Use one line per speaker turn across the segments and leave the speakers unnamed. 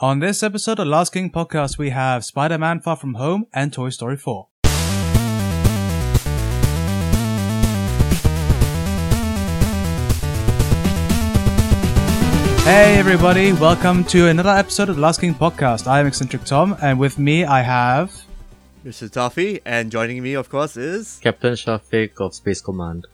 On this episode of Last King Podcast, we have Spider Man Far From Home and Toy Story 4. Hey everybody, welcome to another episode of the Last King Podcast. I am Eccentric Tom, and with me I have
Mr. Toffee, and joining me, of course, is
Captain Shafiq of Space Command.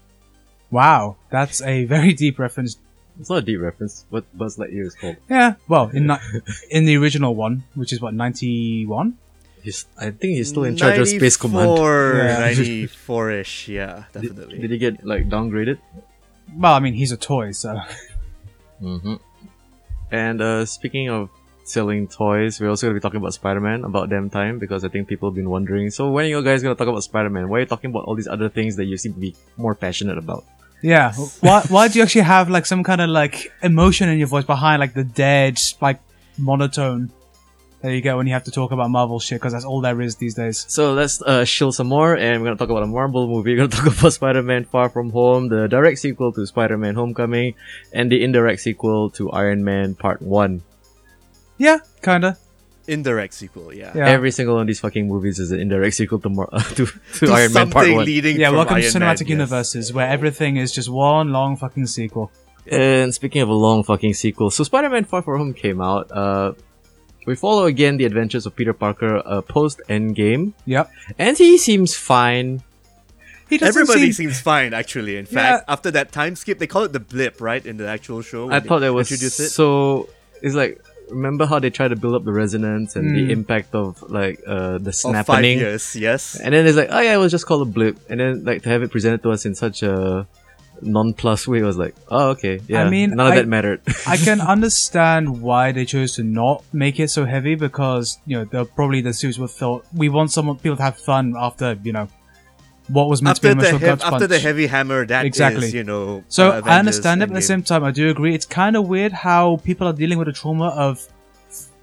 Wow, that's a very deep reference.
It's not a deep reference, but Buzz Lightyear is called.
Yeah, well, in ni- in the original one, which is what, ninety one?
He's, I think he's still in charge of Space Command.
94 ish, yeah,
Did,
definitely.
did he get like downgraded?
Well, I mean he's a toy, so
Mm-hmm. And uh, speaking of selling toys, we're also gonna be talking about Spider-Man about damn time because I think people have been wondering. So when are you guys gonna talk about Spider-Man? Why are you talking about all these other things that you seem to be more passionate about?
Yeah. Why, why do you actually have like some kind of like emotion in your voice behind like the dead like monotone that you get when you have to talk about Marvel shit because that's all there is these days.
So let's uh, shill some more, and we're gonna talk about a Marvel movie. We're gonna talk about Spider-Man: Far From Home, the direct sequel to Spider-Man: Homecoming, and the indirect sequel to Iron Man Part One.
Yeah, kinda.
Indirect sequel, yeah.
Yeah.
Every single one of these fucking movies is an indirect sequel to Mar- to, to,
To
Iron Man Part
something
One.
leading
Yeah,
from
welcome
Iron
to
Man,
cinematic
yes.
universes where everything is just one long fucking sequel.
and speaking of a long fucking sequel, so Spider-Man: Far From Home came out. Uh, we follow again the adventures of Peter Parker uh, post Endgame,
Yep.
and he seems fine.
He doesn't
Everybody
seem.
seems fine, actually. In fact, after that time skip, they call it the blip, right? In the actual show. when
I
they
thought that was
introduce it.
so. It's like remember how they try to build up the resonance and
Mm.
the impact of like uh, the
Hmm. Of five
snapping,
years, yes.
and then it's like oh yeah, it was just called a blip, and then like to have it presented to us in such a non-plus way was like oh okay yeah.
mean,
none of
I-
that mattered.
I can understand why they chose to not make it so heavy because you know they're probably the suits were thought we want someone people to have fun after you know what was meant
After
to be a
the,
emotional
hev-
gut
after
punch.
the heavy hammer, that is,
Exactly.
you know.
So
uh,
I
Avengers
understand it, but at the
Endgame.
same time, I do agree. It's kind of weird how people are dealing with the trauma of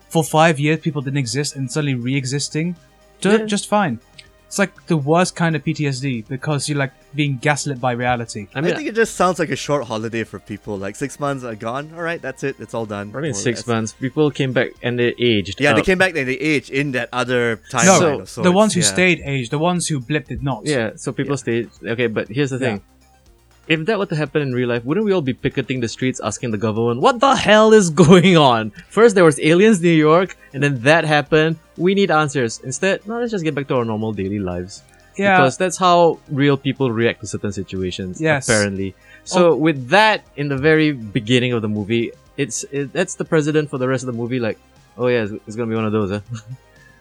for five years people didn't exist and suddenly re-existing, do it
Yeah.
just fine. It's like the worst kind of PTSD because you're like being gaslit by reality.
I
I,
mean,
think it just sounds like a short holiday for people. Like six months are gone. All right, that's it. It's all done.
Probably in
more or
six
less. Oh.
months, people came back and they aged.
Yeah, they
up.
came back and they age in that other time.
Oh. No,
So,
the ones who stayed aged, the ones who blipped did not.
Yeah, so people stayed. Okay, but here's the
Yeah.
thing: if that were to happen in real life, wouldn't we all be picketing the streets, asking the government, "What the hell is going on?" First, there was aliens, New York, and then that happened. We need answers. Instead, no, let's just get back to our normal daily lives.
yeah.
because that's how real people react to certain situations.
Yes.
apparently. So
Oh.
with that in the very beginning of the movie, it's it, that's the president for the rest of the movie. Like, oh yeah, it's, it's gonna be one of those. Huh?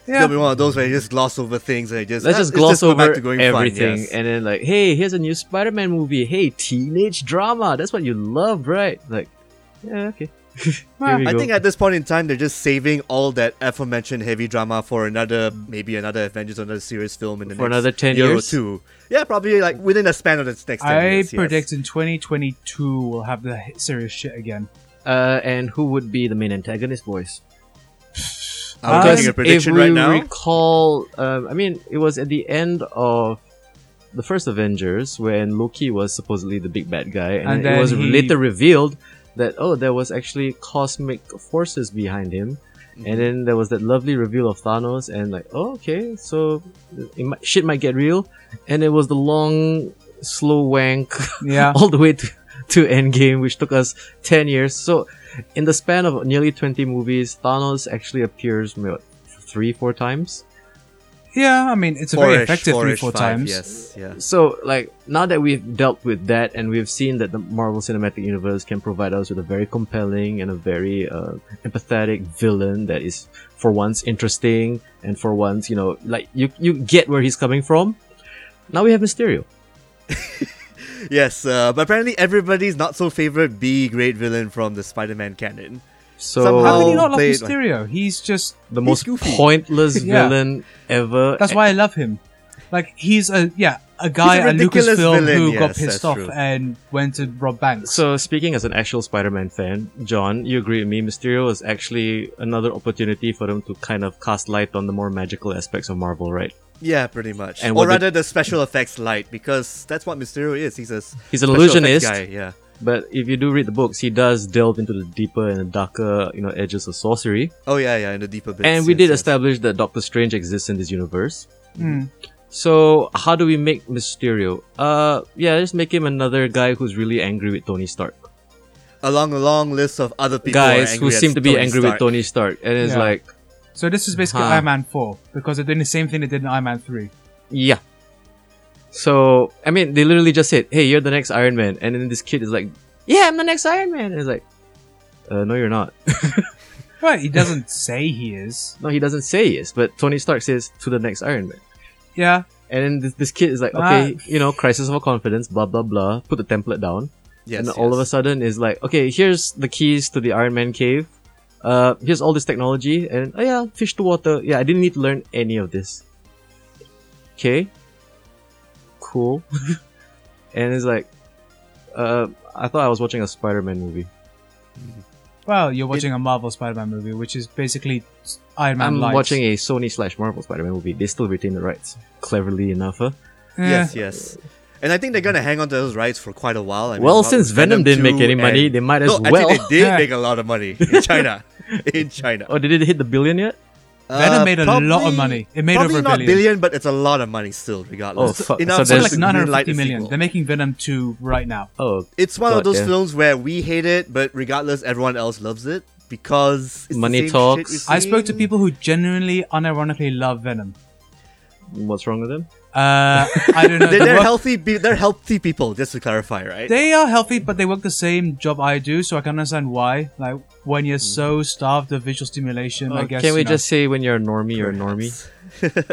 yeah.
They'll be one of those where you just gloss over things and you just
Let's
"Ah,
just
let's
gloss
go
over
back to going
everything
Fun, yes.
and then like, hey, here's a new Spider-Man movie. Hey, teenage drama. That's what you love, right? Like, yeah, okay. Here we
I
go.
think at this point in time, they're just saving all that aforementioned heavy drama for another, maybe another Avengers, another series film in the
For
next
another 10
year
years?
or two. Yeah, probably like within the span of this next. 10
I
years, yes.
predict in 2022 we'll have the h- serious shit again.
uh, and who would be the main antagonist, boys?
I'm
Because
making a prediction right now.
If we recall, um, I mean, it was at the end of the first Avengers when Loki was supposedly the big bad guy,
And
and,
then
it was
he-
later revealed that oh, there was actually cosmic forces behind him.
Mm-hmm.
And then there was that lovely reveal of Thanos, and like, oh, okay, so it might, shit might get real. And it was the long, slow wank
Yeah.
all the way to, to Endgame, which took us 10 years. So, in the span of nearly 20 movies, Thanos actually appears what, three, four times.
yeah, I mean, it's a very
Four-ish,
effective three,
four-ish,
four
five,
times.
Yes, yeah.
So, like, now that we've dealt with that and we've seen that the Marvel Cinematic Universe can provide us with a very compelling and a very uh, empathetic villain that is, for once, interesting and for once, you know, like, you, you get where he's coming from. Now we have Mysterio.
Yes, uh, but apparently everybody's not so favorite B great villain from the Spider-Man canon.
So,
How can you
Oh,
not love
played like-
Mysterio? He's just
the
He's
most
goofy.
pointless
Yeah.
villain ever.
That's why I love him. Like he's a yeah a guy
He's a
at Lucasfilm
ridiculous villain,
who got
yes,
pissed
that's
off
true.
and went to rob banks.
So, speaking as an actual Spider-Man fan, John, you agree with me? Mysterio is actually another opportunity for them to kind of cast light on the more magical aspects of Marvel, right?
Yeah, pretty much.
And
or
what the-
rather, the special effects light because that's what Mysterio is. He's a s-
He's an
special effects
illusionist,
guy. Yeah.
But if you do read the books, he does delve into the deeper and darker, you know, edges of sorcery.
Oh yeah, yeah, in the deeper bits.
and we
yes,
did
yes.
establish that Doctor Strange exists in this universe.
Mm.
So how do we make Mysterio? Uh, yeah, just make him another guy who's really angry with Tony Stark.
a long, long list of other people are
Guys who
angry at
seem to be
Tony
angry
Stark.
with Tony Stark, and it's
Yeah.
like,
So this is basically
Huh.
Iron Man 4 because they're doing the same thing they did in Iron Man 3.
yeah. So I mean, they literally just said, "Hey, you're the next Iron Man," and then this kid is like, "Yeah, I'm the next Iron Man," and it's like, uh, "No, you're not."
Right, he doesn't say he is.
No, he doesn't say yes, but Tony Stark says to the next Iron Man.
Yeah,
And then this, this kid is like,
Ah.
okay, you know, crisis of confidence, blah, blah, blah. Put the template down.
Yes,
and all of a
yes.
sudden is like, okay, here's the keys to the Iron Man cave. Uh, here's all this technology. And, oh yeah, fish to water. Yeah, I didn't need to learn any of this. Okay. Cool. and it's like, uh, I thought I was watching a Spider-Man movie.
Well, you're watching a Marvel Spider-Man movie, which is basically s- Iron Man.
I'm
light.
watching a Sony slash Marvel Spider-Man movie. They still retain the rights. Cleverly enough, huh?
Eh,
Yes, yes. And I think they're gonna hang on to those rights for quite a while. I mean,
well,
what
since
with
Venom didn't make
2
any money,
and-
they might as
no,
well.
actually, they did
Yeah.
make a lot of money in China. in China,
oh, did it hit the billion yet?
Venom
Uh,
made a lot of
probably-
money. It made
Probably
over a
not
billion.
billion, but it's a lot of money still, regardless.
Oh,
It's
fuck.
Enough
So
So
there's-
to
like
greenlight
950
the
million.
sequel.
They're making Venom 2 right now.
Oh,
It's one of
God
those
damn.
films where we hate it, but regardless, everyone else loves it because it's the
Money
same shit
talks.
we're
I spoke to
seeing.
people who genuinely, unironically love Venom.
what's wrong with them?
Uh, I don't know.
They're,
they
they're
work-
healthy. Be- they're healthy people. Just to clarify, right?
They are healthy, but they work the same job I do, so I can understand why. Like when you're
Mm-hmm.
so starved of visual stimulation, I
Uh,
guess.
Can
you
we
know.
just say when you're a normie, you're a normie?
Perhaps.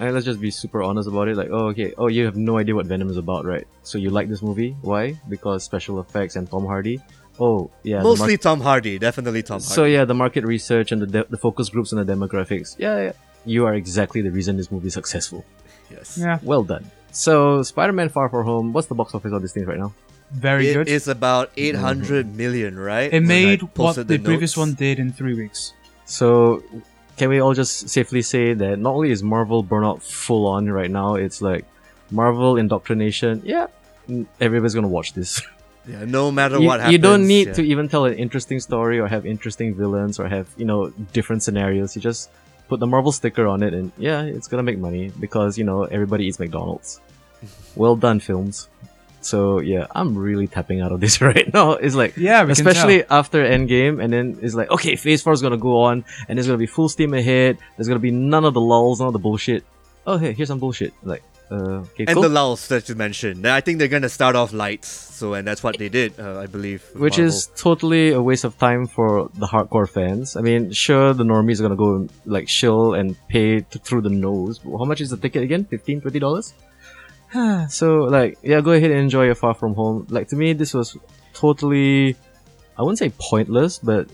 I mean, let's just be super honest about it. Like, oh, okay, oh, you have no idea what Venom is about, right? So you like this movie? Why? Because special effects and Tom Hardy. Oh, yeah. the
Mostly Tom Hardy. Definitely Tom
market-
Hardy.
so yeah, the market research and the de- the focus groups and the demographics. Yeah, yeah, you are exactly the reason this movie is successful.
yes.
Yeah,
Well done. So Spider-Man: Far From Home. What's the box office on this thing right now?
very
It
good.
is about 800 million, right?
It
When I
made what the,
posted
previous
notes.
one did in three weeks.
So, can we all just safely say that not only is Marvel burnout full on right now, it's like Marvel indoctrination. Yeah, mm, everybody's gonna watch this.
Yeah, no matter
you,
what happens.
you don't need
yeah.
to even tell an interesting story or have interesting villains or have you know different scenarios. You just put the Marvel sticker on it, and yeah, it's gonna make money because you know everybody eats McDonald's. well done, films. So yeah, I'm really tapping out of this right now. It's like
Yeah, we can tell.
especially after Endgame, and then it's like, okay, Phase Four is gonna go on, and it's gonna be full steam ahead. There's gonna be none of the lulls, none of the bullshit. Oh, hey, here's some bullshit. Like, uh, okay,
And
cool.
the lulls that you mentioned. I think they're gonna start off lights. So, and that's what they did, uh, I believe. with
Which
Marvel.
is totally a waste of time for the hardcore fans. I mean, sure, the normies are gonna go and, like shill and pay th- through the nose. How much is the ticket again? 15 20 dollars. so like, yeah, go ahead and enjoy your Far From Home. Like to me, this was totally, I wouldn't say pointless, but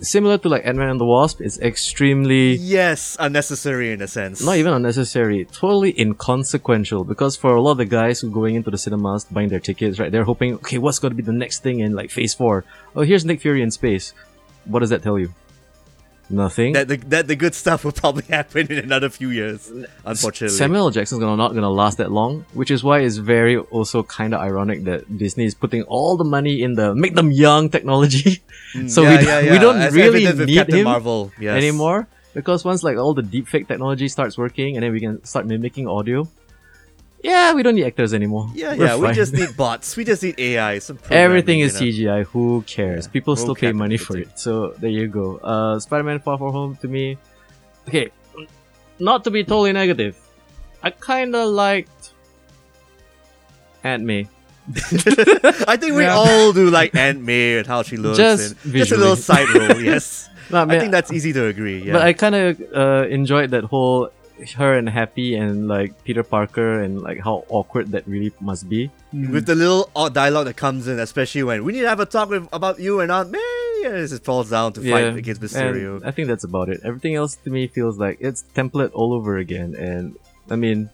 similar to like Ant-Man and the Wasp, it's extremely
yes, unnecessary in a sense.
not even unnecessary, totally inconsequential. Because for a lot of the guys who going into the cinemas buying their tickets, right, they're hoping, okay, what's going to be the next thing in like Phase Four? Oh, here's Nick Fury in space. What does that tell you? Nothing.
that the, that the good stuff will probably happen in another few years, unfortunately.
Samuel L. Jackson's gonna not gonna last that long, which is why it's very also kind of ironic that Disney is putting all the money in the make them young technology,
Mm,
so we don't- we don't
As
really
evident with
need
Captain
him
Marvel, yes.
anymore. Because once like all the deepfake technology starts working, and then we can start mimicking audio. Yeah, we don't need actors anymore.
Yeah,
We're
yeah. We
fine.
just need bots. We just need AI. Some
Everything
programming,
is
you know.
CGI. Who cares?
Yeah.
People
Who
still pay
cares?
money for it. So there you go. Uh, Spider-Man: Far From Home to me. Okay, not to be totally negative, I kind of liked Aunt May.
I think we
Yeah.
all do like Aunt May and how she looks.
Just
and just a little
visually.
side role, yes.
No, I,
I
mean,
think that's easy to agree. Yeah.
But I kind of uh, enjoyed that whole her and Happy and like Peter Parker and like how awkward that really must be.
Mm.
with the little odd dialogue that comes in, especially when we need to have a talk with, about you and Aunt May, and it just falls down to fight against Mysterio.
and I think that's about it. Everything else to me feels like it's template all over again. And I mean,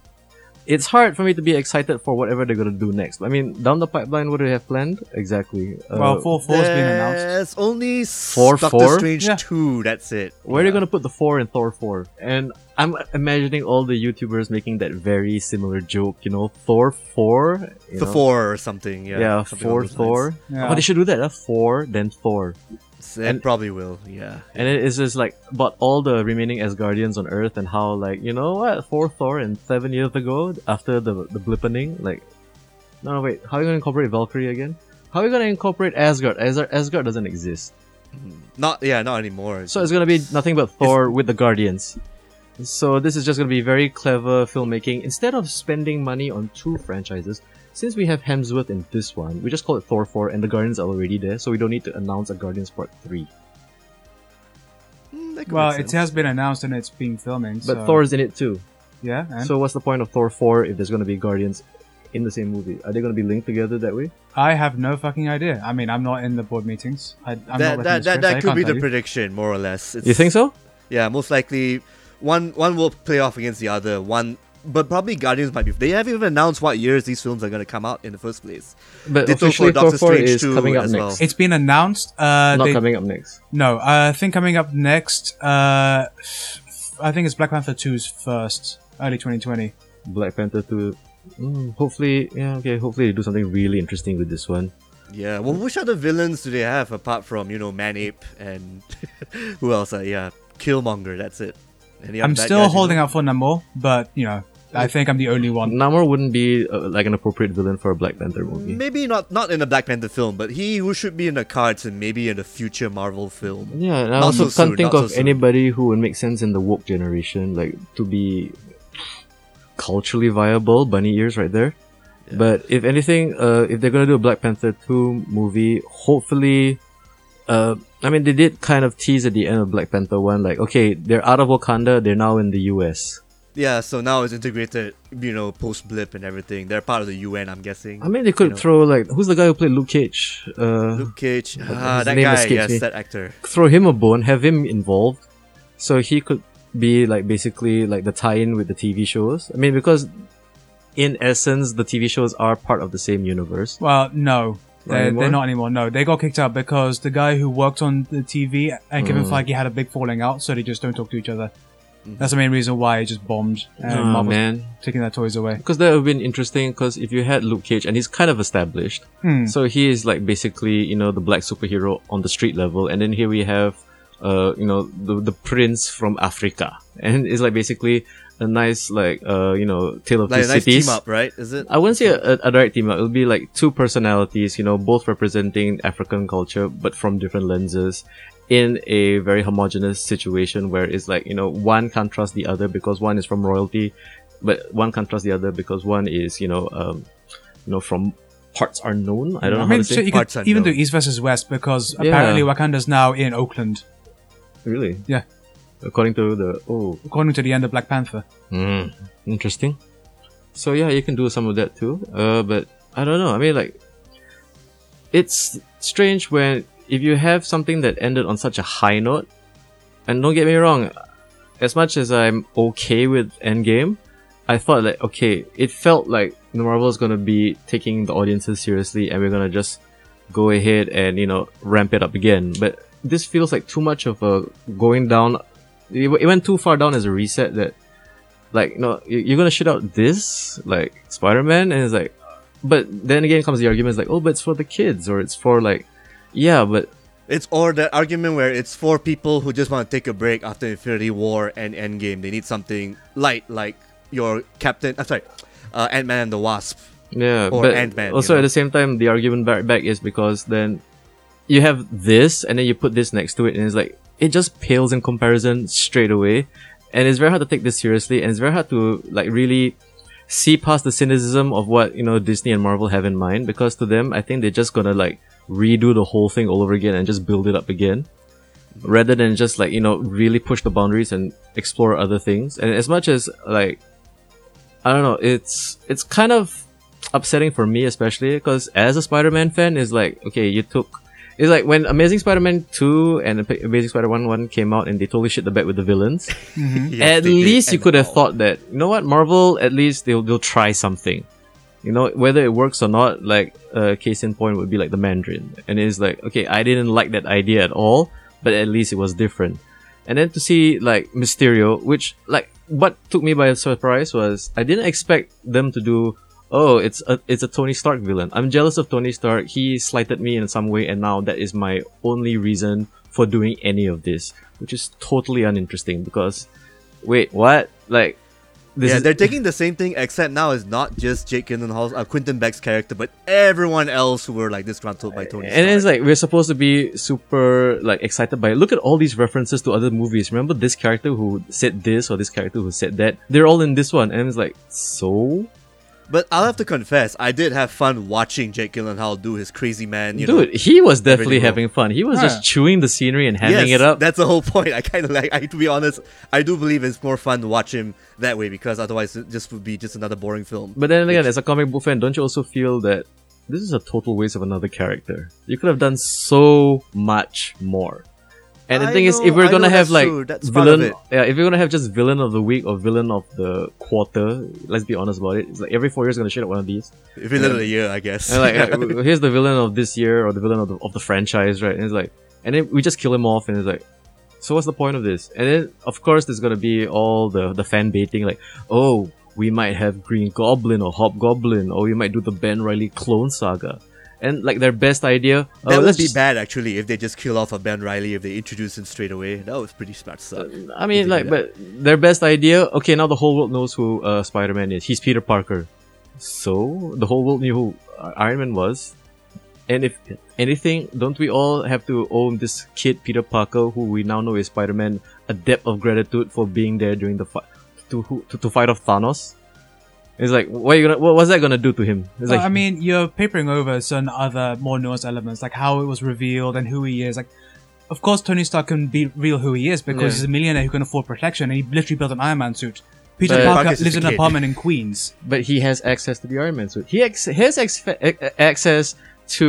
it's hard for me to be excited for whatever they're gonna do next. I mean, down the pipeline, what do they have planned exactly? Uh,
well, four four's been announced.
There's only s-
Four,
Doctor
four?
Strange
Yeah.
2, that's it.
where are
Yeah.
they gonna put the four in Thor four? And I'm imagining all the YouTubers making that very similar joke. You know, Thor four. you
The
know?
4 or something,
Yeah,
yeah. something
four
along those lines.
Thor.
Yeah.
Oh, they should do that. Uh, four, then Thor,
S- It
And-
probably will, yeah.
and it is just like about all the remaining Asgardians on Earth and how like you know what four Thor and seven years ago after the the blippening like no no wait how are you gonna incorporate Valkyrie again? How are you gonna incorporate Asgard? Asgard, Asgard doesn't exist.
Not, yeah, not anymore.
So it's gonna be nothing but Thor with the Guardians. So this is just gonna be very clever filmmaking. Instead of spending money on two franchises, since we have Hemsworth in this one, we just call it Thor 4 and the Guardians are already there, so we don't need to announce a Guardians Part 3.
Mm, that could
Well,
make
it
sense.
has been announced and it's been filming.
But
so-
Thor is in it too.
yeah. And
So what's the point of Thor 4 if there's gonna be Guardians in the same movie? Are they gonna be linked together that way?
I have no fucking idea. I mean, I'm not in the board meetings. I, I'm
that,
not
that, that, that could be the
prediction.
prediction, more or less.
You
It's-
think so?
Yeah, most likely one one will play off against the other. One, but probably Guardians might be. They haven't even announced what years these films are going to come out in the first place.
But
They took
officially
for
Thor
Doctor
4
Strange
is
too
coming up
as well.
next.
It's been announced. Uh,
Not
they,
coming up next.
No, uh, I think coming up next. Uh, I think it's Black Panther 2's first, early 2020.
Black Panther 2. Mm, hopefully, yeah, okay, hopefully they do something really interesting with this one.
Yeah. Well, which other villains do they have apart from you know Manape and who else? Uh, yeah, Killmonger. That's it. Any
I'm
other bad
still
guys, you
holding
know?
out for Namor, but you know, I think I'm the only one.
Namor wouldn't be uh, like an appropriate villain for a Black Panther movie.
Maybe not not in a Black Panther film, but he who should be in the cards and maybe in a future Marvel film.
Yeah, and I
Not
also
so
can't
soon,
think
not
of
so soon.
anybody who would make sense in the woke generation, like to be culturally viable. Bunny ears right there. But if anything, uh, if they're gonna do a Black Panther two movie, hopefully, uh, I mean they did kind of tease at the end of Black Panther one, like okay, they're out of Wakanda, they're now in the U.S.
Yeah. So now it's integrated. You know, post blip and everything. They're part of the UN. I'm guessing.
I mean they could
know.
throw like who's the guy who played Luke Cage? Uh,
Luke Cage. Ah,
his
that
name
guy.
escapes
Yes,
me.
that actor.
throw him a bone, have him involved, so he could be like basically like the tie-in with the TV shows. I mean, because in essence, the TV shows are part of the same universe.
Well, no,
Not
they're,
anymore?
they're not anymore. No, they got kicked out because the guy who worked on the TV and
Mm.
Kevin Feige had a big falling out, so they just don't talk to each other. That's the main reason why it just bombed and
Oh,
Marvel's
man,
taking their toys away.
because that would have been interesting. Because if you had Luke Cage, and he's kind of established,
Hmm.
so he is like basically you know the black superhero on the street level, and then here we have. Uh, you know the the prince from Africa, and it's like basically a nice like uh you know tale of
Like
two
a nice
cities. Uh,
team up, right? Is it?
I wouldn't say a, a direct team up. It'll be like two personalities, you know, both representing African culture, but from different lenses, in a very homogenous situation where it's like you know one can't trust the other because one is from royalty, but one can't trust the other because one is you know um, you know from parts unknown. I don't know
I
how
mean,
to
so
say.
you could
parts unknown.
even do East versus West because
Yeah.
apparently Wakanda's now in Oakland,
Really?
Yeah.
According to the oh,
according to the end of Black Panther.
Mm, interesting. So yeah, you can do some of that too. Uh, but I don't know. I mean, like, it's strange when if you have something that ended on such a high note, and don't get me wrong, as much as I'm okay with Endgame, I thought like, okay, it felt like Marvel's gonna be taking the audiences seriously, and we're gonna just go ahead and you know ramp it up again. But this feels like too much of a going down. It it went too far down as a reset that like no you- you're gonna shit out this like spider-man and it's like but then again comes the argument it's like oh but it's for the kids or it's for like yeah but
It's or that argument where it's for people who just want to take a break after Infinity War and Endgame. They need something light, like your Captain. I'm sorry, uh, Ant Man and the Wasp.
yeah
Or
but
Ant-Man, you
also
know.
at the same time the argument back, back is because then you have this and then you put this next to it and it's like it just pales in comparison straight away and it's very hard to take this seriously and it's very hard to like really see past the cynicism of what you know disney and marvel have in mind because to them i think they're just gonna like redo the whole thing all over again and just build it up again rather than just like you know really push the boundaries and explore other things and as much as like i don't know it's it's kind of upsetting for me especially because as a spider-man fan is like okay you took It's like when Amazing Spider-Man two and Ap- Amazing Spider-Man one came out, and they totally shit the bed with the villains.
Yes,
at
they did,
least
and
you could have
all.
thought that. You know what, Marvel? At least they'll they'll try something. You know whether it works or not. Like uh, case in point would be like the Mandarin, and it's like okay, I didn't like that idea at all, but at least it was different. And then to see like Mysterio, which like what took me by surprise was I didn't expect them to do. Oh, it's a it's a Tony Stark villain. I'm jealous of Tony Stark. He slighted me in some way, and now that is my only reason for doing any of this, which is totally uninteresting. Because wait, what? Like this
yeah,
is-
they're taking the same thing, except now it's not just Jake Gyllenhaal's, uh, Quentin Beck's character, but everyone else who were like disgruntled by Tony.
and
Stark.
it's like we're supposed to be super like excited by it. Look at all these references to other movies. Remember this character who said this or this character who said that? They're all in this one, and it's like so,
But I'll have to confess, I did have fun watching Jake Gyllenhaal do his crazy man. You know,
dude. He was definitely
cool.
having fun. He was
Yeah.
just chewing the scenery and
yes,
handing it up.
That's the whole point. I kind of like. I to be honest, I do believe it's more fun to watch him that way because otherwise it just would be just another boring film.
But then again, as a comic book fan, don't you also feel that this is a total waste of another character? You could have done so much more. And the
I
thing is, if
know-
we're
I
gonna
know
have
that's
like
true. That's part of
villain,
it.
yeah, if we're gonna have just villain of the week or villain of the quarter, let's be honest about it. It's like every four years gonna shit up one of these.
if you live a year, I guess.
uh, And like, uh, w- here's the villain of this year or the villain of the, of the franchise, right? And it's like, and then we just kill him off, and it's like, so what's the point of this? And then of course there's gonna be all the the fan baiting, like, oh, we might have Green Goblin or Hobgoblin, or we might do the Ben Riley clone saga, and like their best idea.
that
oh,
would
let's
be
just-
bad actually if they just kill off a Ben Riley if they introduce him straight away. That was pretty smart stuff.
I mean,
do
like,
that.
but their best idea. Okay, now the whole world knows who uh, Spider Man is. He's Peter Parker. So the whole world knew who uh, Iron Man was. And if anything, don't we all have to owe this kid Peter Parker, who we now know is Spider Man, a debt of gratitude for being there during the fight to, who- to to fight off Thanos? It's like, what are you gonna? What was that gonna do to him? It's
Well,
like,
I mean, you're papering over certain other more nuanced elements, like how it was revealed and who he is. Like, of course, Tony Stark can be real who he is because
Yeah.
he's a millionaire who can afford protection, and he literally built an Iron Man suit. Peter
But-
Parker
Parker's just
lives
a
in an
kid.
apartment in Queens.
but he has access to the Iron Man suit. He ex- he has ex- a- access to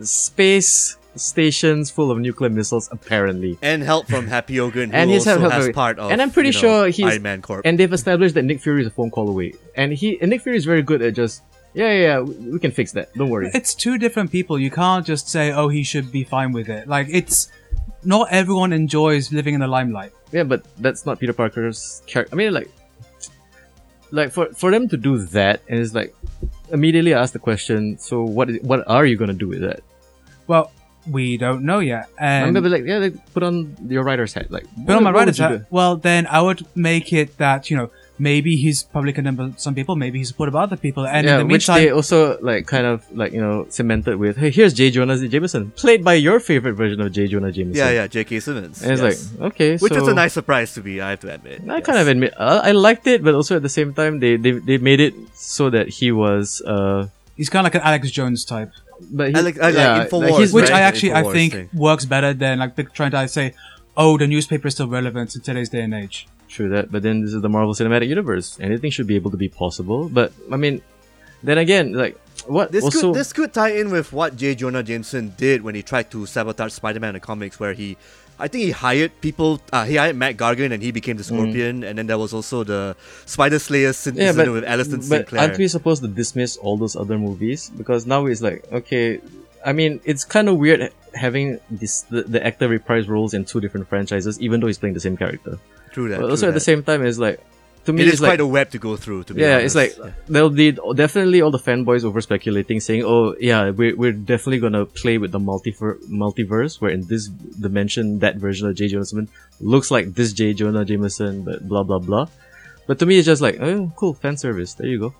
space stations full of nuclear missiles, apparently.
and help from Happy Hogan, who
And he's
also
help-
has
help-
part of.
and I'm pretty
you know,
sure he's-
Iron Man Corp.
And they've established that Nick Fury is a phone call away, and he and Nick Fury is very good at just yeah yeah, yeah we, we can fix that. Don't worry.
It's two different people. You can't just say, "Oh, he should be fine with it." Like, it's not everyone enjoys living in the limelight.
Yeah, but that's not Peter Parker's character. I mean, like, like for for them to do that, and it's like immediately I ask the question. So what is, what are you gonna do with that?
Well, we don't know yet. And
I'm gonna be like, yeah, like, put on your writer's hat. Like,
But
what-
on my
what would
writer's
you
hat,
do?
well, then I would make it that, you know, maybe he's public enemy of some people, maybe he's supportive of other people. And
yeah,
in the
which
meantime,
they also like kind of like you know cemented with. Hey, here's J Jonah Jameson, played by your favorite version of J Jonah Jameson.
yeah, yeah, J.K. Simmons.
And it's
yes.
like okay,
Which
so
was a nice surprise to me, I have to admit.
I kind of admit uh, I, I liked it, but also at the same time they, they they made it so that he was uh,
he's kind of like an Alex Jones type,
but he,
Alex- I like Infowars,
he's
It's
which I
very good
actually I
Infowars
think
thing.
works better than like the, trying to say, oh, the newspaper is still relevant in today's day and age.
True that, but then this is the Marvel Cinematic Universe. Anything should be able to be possible. But I mean, then again, like what
This
also
could this could tie in with what J. Jonah Jameson did when he tried to sabotage Spider-Man in the comics, where he, I think he hired people. Uh, he hired Matt Gargan, and he became the Scorpion. And then there was also the Spider Slayer sin-
Mm. yeah,
incident
but,
with Alison
but
Sinclair.
aren't we supposed to dismiss all those other movies because now it's like okay, I mean it's kind of weird ha- having this the, the actor reprise roles in two different franchises even though he's playing the same character.
True that.
but
true
also at the
that.
same time, it's like to me
It
it's
is quite
like
a web to go through. To be
yeah,
honest.
it's like they'll be definitely all the fanboys over speculating, saying, "Oh, yeah, we're, we're definitely gonna play with the multiver- multiverse, where in this dimension that version of J. Jonah Jameson looks like this J. Jonah Jameson, but blah blah blah." But to me, it's just like, oh, cool fan service. There you go.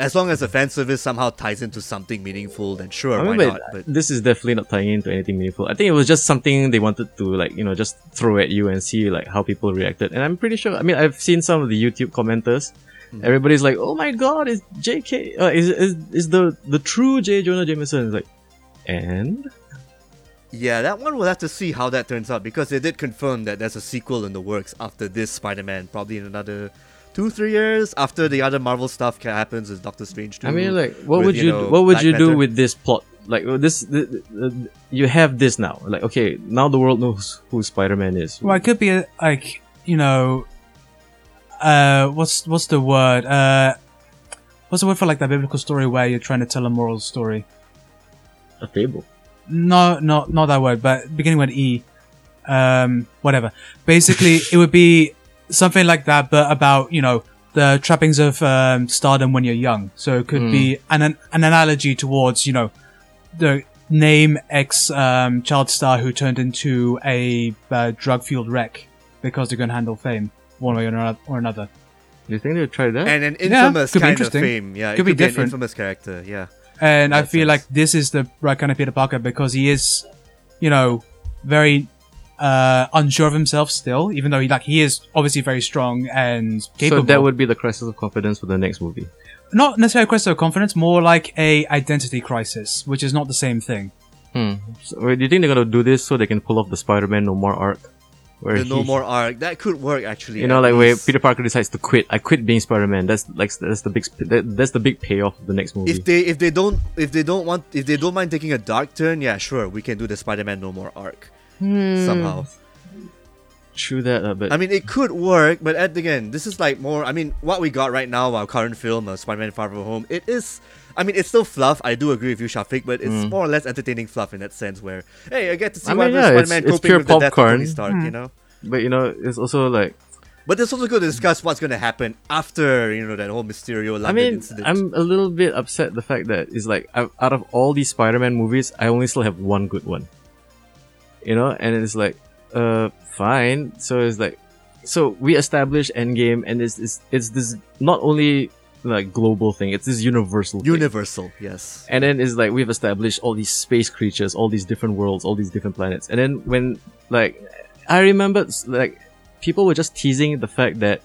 as long as the fan service somehow ties into something meaningful, then sure,
I mean,
why
but
not? But
this is definitely not tying into anything meaningful. I think it was just something they wanted to like, you know, just throw at you and see like how people reacted. And I'm pretty sure. I mean, I've seen some of the YouTube commenters.
Hmm.
Everybody's like, "Oh my god, is J.K. Uh, is, is is the the true J. Jonah Jameson?" It's like, and
yeah, that one we'll have to see how that turns out because they did confirm that there's a sequel in the works after this Spider-Man, probably in another two, three years after the other Marvel stuff ca- happens with Doctor Strange. Too,
I mean, like, what
with,
would you,
know,
what would
Black
you do
Panther.
with this plot like uh, this, th- th- th- you have this now. Like okay, now the world knows who Spider Man is.
Well, it could be uh, like you know, uh, what's what's the word? Uh, what's the word for like that biblical story where you're trying to tell a moral story?
A fable.
No, not not that word, but beginning with E. Um, whatever. Basically, it would be something like that, but about you know the trappings of um, stardom when you're young. So it could be an an analogy towards you know the name ex um, child star who turned into a uh, drug fueled wreck because they couldn't handle fame one way or ano- or another.
Do you think they would try that?
and an
Yeah,
infamous
could be
kind of
interesting.
fame. Yeah, it
Could be
an
different.
infamous character. Yeah,
And I
That
feel
sense.
like this is the right kind of Peter Parker because he is, you know, very uh, unsure of himself still, even though he like he is obviously very strong and capable.
so that would be the crisis of confidence for the next movie.
not necessarily a crisis of confidence, more like a identity crisis, which is not the same thing.
Hmm. So, wait, do you think they're gonna do this so they can pull off the Spider Man No More arc? Where
the
he-
no more arc that could work actually.
You know,
at
like where
least.
Peter Parker decides to quit. I quit being Spider Man. That's like that's the big sp- that, that's the big payoff of the next movie.
If they if they don't if they don't want if they don't mind taking a dark turn, yeah, sure, we can do the Spider-Man No More arc
Hmm.
somehow.
True that, uh, but
I mean, it could work, but at again, this is like more. I mean, what we got right now, our current film, uh, Spider-Man Far From Home, it is. I mean, it's still fluff. I do agree with you, Shafiq, but it's more or less entertaining fluff in that sense. Where hey, I get to see
Mm. I mean,
what
yeah, it's-
Spider-Man
it's
coping
pure
with the death of Tony
popcorn.
Stark, you know.
but you know, it's also like
But it's also good to discuss what's going to happen after you know that whole Mysterio London
I mean,
incident.
I'm a little bit upset the fact that it's like i out of all these Spider-Man movies, I only still have one good one. You know, and it's like, uh, fine. So it's like, so we established Endgame, and it's it's, it's this not only like global thing, it's this universal. thing.
Universal, yes.
And then it's like we've established all these space creatures, all these different worlds, all these different planets. And then when like I remember like people were just teasing the fact that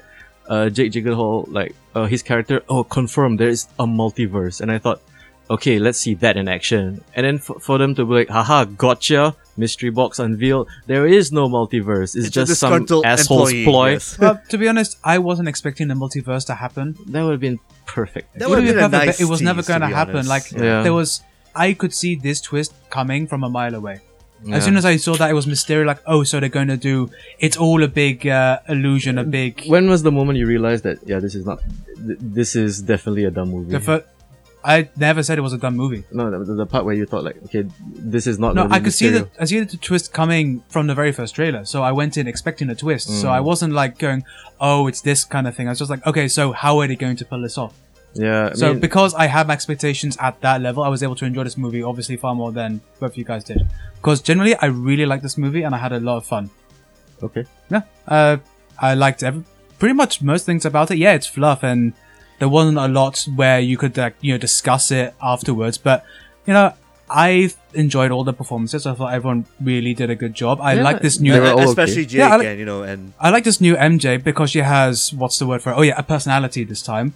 uh, Jake Gyllenhaal, like uh, his character, oh, confirmed there is a multiverse. And I thought, okay, let's see that in action. And then f- for them to be like, haha, gotcha, mystery box unveiled. There is no multiverse.
It's
It's,
a
just some
disgruntled
asshole's
employee,
ploy.
yes.
well, to be honest, I wasn't expecting the multiverse to happen.
That would have been perfect.
That
It would
would've
have
been a
been perfect,
nice
but it was never
tease, to
going to
be
happen.
honest.
Like
Yeah.
there was, I could see this twist coming from a mile away.
Yeah.
As soon as I saw that it was Mysterio, like oh, so they're going to do it's all a big uh, illusion, a big.
when was the moment you realized that yeah this is not th- this is definitely a dumb movie
The fir- I never said it was a dumb movie.
no the, the part where you thought like okay this is not
No,
gonna be
I could see
Mysterio.
the I see the twist coming from the very first trailer, so I went in expecting a twist. So
Mm.
I wasn't like going, oh, it's this kind of thing. I was just like, okay, so how are they going to pull this off?
yeah I
So
mean,
because I have expectations at that level, I was able to enjoy this movie obviously far more than both of you guys did. Because generally, I really liked this movie and I had a lot of fun.
okay
Yeah, uh, I liked every, pretty much most things about it. Yeah, it's fluff and there wasn't a lot where you could like you know discuss it afterwards. But you know, I enjoyed all the performances. I thought everyone really did a good job. I
Yeah,
like this new.
they were all Oh, okay.
Especially Jake,
Yeah, I like-
and you know, and
I like this new MJ because she has what's the word for it? Oh yeah, a personality this time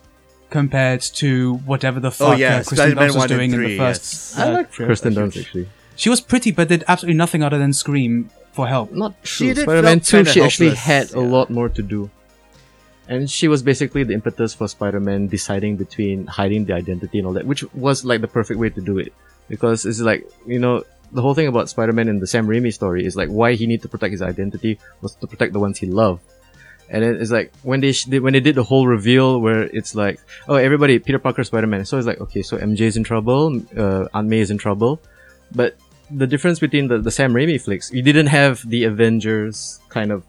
compared to whatever the fuck
oh yeah,
uh, Kristen
Spider-Man
Dunst was
one
doing
and
in the
three.
first.
yes.
I like
trailer.
Kristen
Huge.
Dunst actually
She was pretty, but did absolutely nothing other than scream for help.
not
She
true
did
Spider-Man
felt
2
kinda
she actually had
helpless,
a
yeah.
lot more to do and she was basically the impetus for Spider-Man deciding between hiding the identity and all that which was like the perfect way to do it because it's like you know the whole thing about Spider-Man in the Sam Raimi story is like why he need to protect his identity was to protect the ones he loved And then it's like when they, sh- they when they did the whole reveal where it's like, oh everybody, Peter Parker, Spider Man. So it's like okay, so MJ's in trouble, uh, Aunt May is in trouble, but the difference between the, the Sam Raimi flicks, you didn't have the Avengers kind of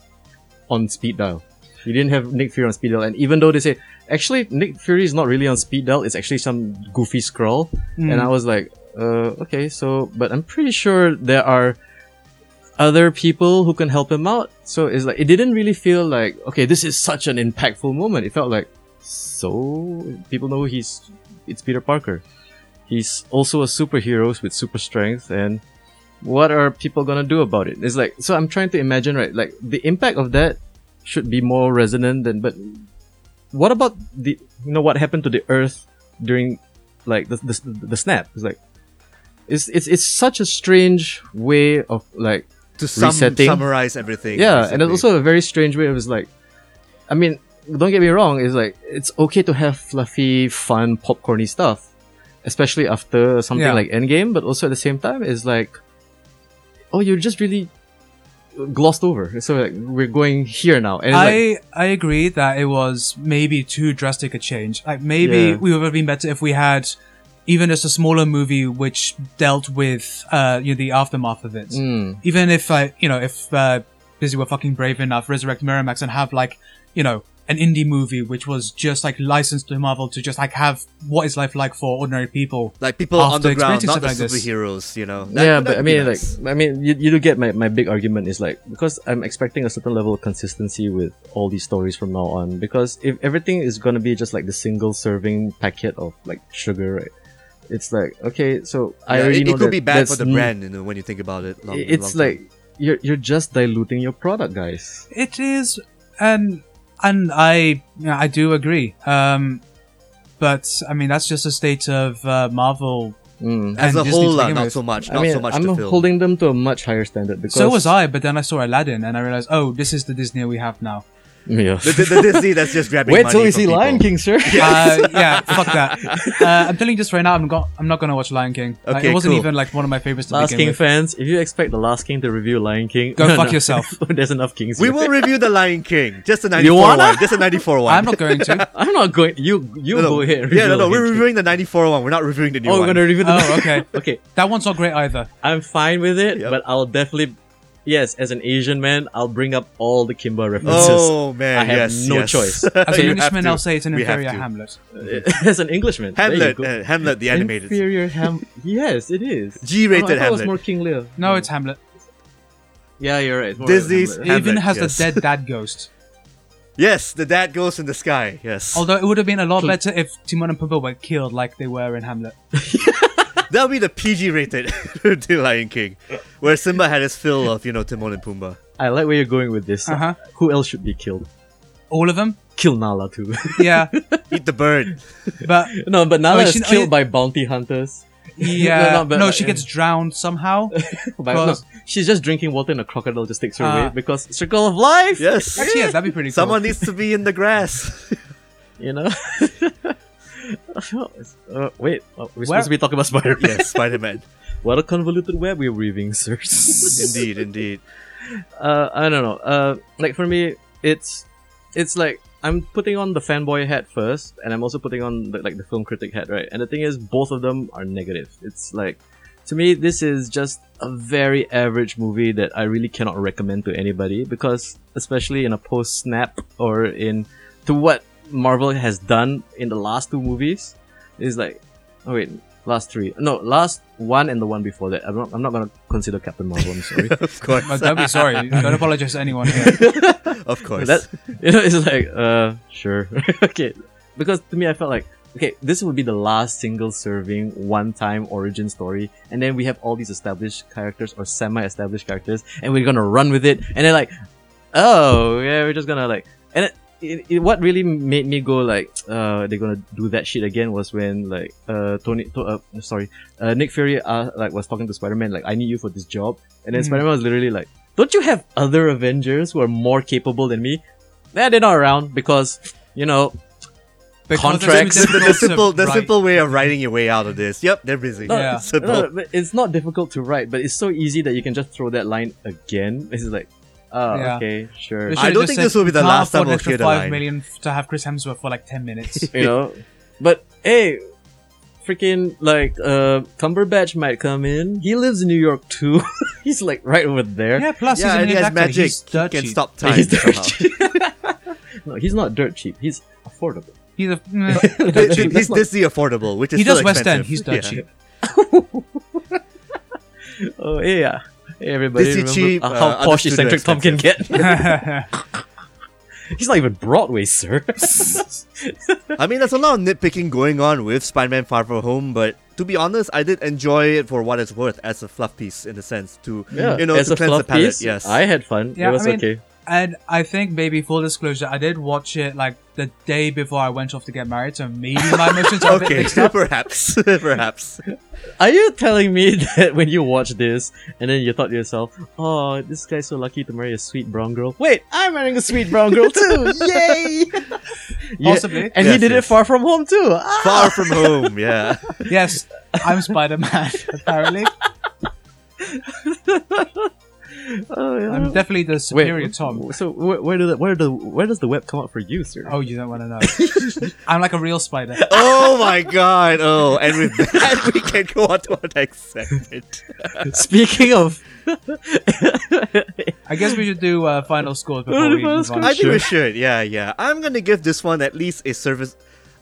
on speed dial. You didn't have Nick Fury on speed dial, and even though they say actually Nick Fury is not really on speed dial, it's actually some goofy scroll, and I was like, uh, okay, so but I'm pretty sure there are other people who can help him out. So it's like it didn't really feel like okay, this is such an impactful moment. It felt like so people know he's it's Peter Parker. He's also a superhero with super strength and what are people gonna do about it? It's like so I'm trying to imagine right, like the impact of that should be more resonant than but what about the you know what happened to the earth during like the the, the snap? It's like it's, it's it's such a strange way of like
to sum-
Resetting.
summarize everything.
yeah, and
basically.
it's also a very strange way. It was like, I mean, don't get me wrong. It's like it's okay to have fluffy, fun, popcorny stuff, especially after something
Yeah.
like Endgame, but also at the same time it's like, oh, you're just really glossed over. So like, we're going here now, and it's like,
I I agree that it was maybe too drastic a change. Like maybe
Yeah.
we would have been better if we had even just a smaller movie which dealt with uh you know, the aftermath of it.
Mm,
Even if I you know if uh, Busy were fucking brave enough, resurrect Miramax and have like you know an indie movie which was just like licensed to Marvel to just like have what is life like for ordinary people.
Like people
After
on the ground,
experiencing
not
stuff
the
like this.
superheroes, you know.
yeah, but
that'd
I
be
mean, like,
nice.
I mean, you, you do get my, my big argument is like because I'm expecting a certain level of consistency with all these stories from now on. Because if everything is gonna be just like the single serving packet of like sugar, right? It's like okay, so I
Yeah,
already
it,
know
it could be
that
bad for
that's
the
n-
brand you know, when you think about it. long- long
it's
term.
like you're you're just diluting your product, guys.
It is, and and I yeah, I do agree. Um, but I mean that's just a state of uh, Marvel
Mm.
as
and
a
Disney's
whole, uh,
making
not
those.
so much. Not
I mean,
so much
I'm
the film.
holding them to a much higher standard because
So was I, but then I saw Aladdin and I realized, oh, this is the Disney we have now.
Yeah.
the, the, the Disney that's just grabbing.
Wait
money
till we
from
see
people.
Lion King, sir.
Uh, yeah, fuck that. Uh, I'm telling you just right now, I'm go- I'm not gonna watch Lion King. Like,
Okay,
it wasn't
cool.
even like one of my favorites to
Last
begin
King
with.
fans, if you expect the Last King to review Lion King,
Go fuck yourself.
There's enough Kings.
We
here.
will review the Lion King. Just the 94
wanna?
one. Just the 94 one.
I'm not going to.
I'm not going. You you
No, no.
go ahead.
Yeah, no, no.
review
We're
Lion King.
reviewing the 94 one. We're not reviewing the new
Oh,
one.
we're gonna review the.
Oh, okay.
okay,
That one's not great either.
I'm fine with it,
Yep.
but I'll definitely, yes, as an Asian man, I'll bring up all the Kimba references.
Oh man,
I have
yes,
no
yes.
As
choice.
an
You have
Englishman,
to.
I'll say it's an
We have
inferior
to.
Hamlet.
as an Englishman, there you
Hamlet,
go.
uh, Hamlet the animated.
Inferior Ham. yes, it is.
G-rated
oh, I thought It was
Hamlet.
more King Lear.
No, it's Hamlet.
yeah, you're right. It's more
Disney's-
It
Hamlet.
Hamlet,
even has
yes.
the dead dad ghost.
Yes, the dad goes in the sky. Yes,
Although it would have been a lot
Cl-
better if Timon and Pumbaa were killed like they were in Hamlet.
that'll be the PG-rated The Lion King, where Simba had his fill of you know Timon and Pumbaa.
I like where you're going with this.
Uh-huh.
Who else should be killed?
All of them?
Kill Nala too.
Yeah.
Eat the bird.
but
no, but Nala
Oh,
is
she- oh,
killed
yeah.
by bounty hunters.
yeah.
No,
no,
no, but-
she gets drowned somehow.
By, no,
Cause-
she's just drinking water and a crocodile just takes her
Ah.
away because circle of life.
Yes,
Actually, yeah, that'd be pretty cool.
someone needs to be in the grass.
you know. Uh, wait, uh, we're
Where-
supposed to be talking about Spider Man.
yes, Spider-Man.
What a convoluted web we're weaving, sirs.
Indeed, indeed.
uh, I don't know. Uh, like for me, it's it's like I'm putting on the fanboy hat first, and I'm also putting on the, like the film critic hat, right? And the thing is, both of them are negative. It's like to me, this is just a very average movie that I really cannot recommend to anybody because, especially in a post snap or in to what Marvel has done in the last two movies, is like, oh wait, last three, no, last one and the one before that. I'm not, I'm not gonna consider Captain Marvel. I'm sorry.
Of course,
But Oh, don't be sorry. Don't apologize to anyone here.
of course.
That you know, it's like uh, sure, okay. Because to me, I felt like okay, this would be the last single serving one time origin story, and then we have all these established characters or semi-established characters, and we're gonna run with it, and then like, oh yeah, we're just gonna like, and it, it, it- what really made me go like, uh, they're gonna do that shit again was when like uh Tony, to, uh, sorry, uh, Nick Fury uh, like was talking to Spider-Man like, I need you for this job, and then
Mm.
Spider-Man was literally like. Don't you have other Avengers who are more capable than me? Nah, they're not around because, you know,
Because it's
Contracts.
difficult
the
to
simple, the
write.
simple way of writing your way out of this. Yep, they're busy.
No,
Yeah.
Simple.
No, uh, but it's not difficult to write, but it's so easy that you can just throw that line again. It's like, oh,
Yeah.
okay,
They
I
sure.
should've
don't
just
think this will be the
"Can't
last time
afford an
we'll
extra
hear the
five
line."
million f- to have Chris Hemsworth for like ten minutes.
you know, but hey, freaking like uh, Cumberbatch might come in. He lives in New York too. he's like right over there.
yeah, plus
yeah,
he's an
and he has
actor.
magic.
He's
He
dirt
can
cheap.
stop time.
He's dirt
somehow.
cheap. no, he's not dirt cheap. He's affordable.
He's a, mm,
Th-
That's
th- He's
not-
Disney affordable, which is
he
still
does West End.
expensive.
He's dirt
Yeah.
cheap.
Oh hey, yeah. Hey everybody,
Disney
remember
cheap,
uh,
uh,
how
other
posh
studio
eccentric Tom can get?
yeah,
he's not even Broadway, sir.
I mean, there's a lot of nitpicking going on with Spider-Man: Far From Home, but to be honest, I did enjoy it for what it's worth as a fluff piece, in a sense, to
Yeah,
you know,
as
to
a
cleanse the
fluff
palette.
piece,
Yes,
I had fun. it
I
was
mean,
okay.
and I think maybe full disclosure, I did watch it like the day before I went off to get married, so maybe my emotions are a bit
okay,
mixed up.
perhaps, perhaps.
Are you telling me that when you watch this and then you thought to yourself, "Oh, this guy's so lucky to marry a sweet brown girl." Wait, I'm marrying a sweet brown girl too. Yay!
Possibly.
And he
Yes,
did it
yes.
far from home too. Ah!
Far from home, yeah.
Yes, I'm Spider Man, apparently.
Oh, yeah.
I'm definitely the
Wait,
superior Tom.
So where, where do the, where do where does the web come up for you, sir?
Oh, you don't want to know. I'm like a real spider.
Oh my god. Oh, and with that, we can go on to our next segment.
Speaking of,
I guess we should do uh, final scores before we
Final
move on.
scores.
I think we
Sure.
should. Yeah, yeah. I'm gonna give this one at least a service.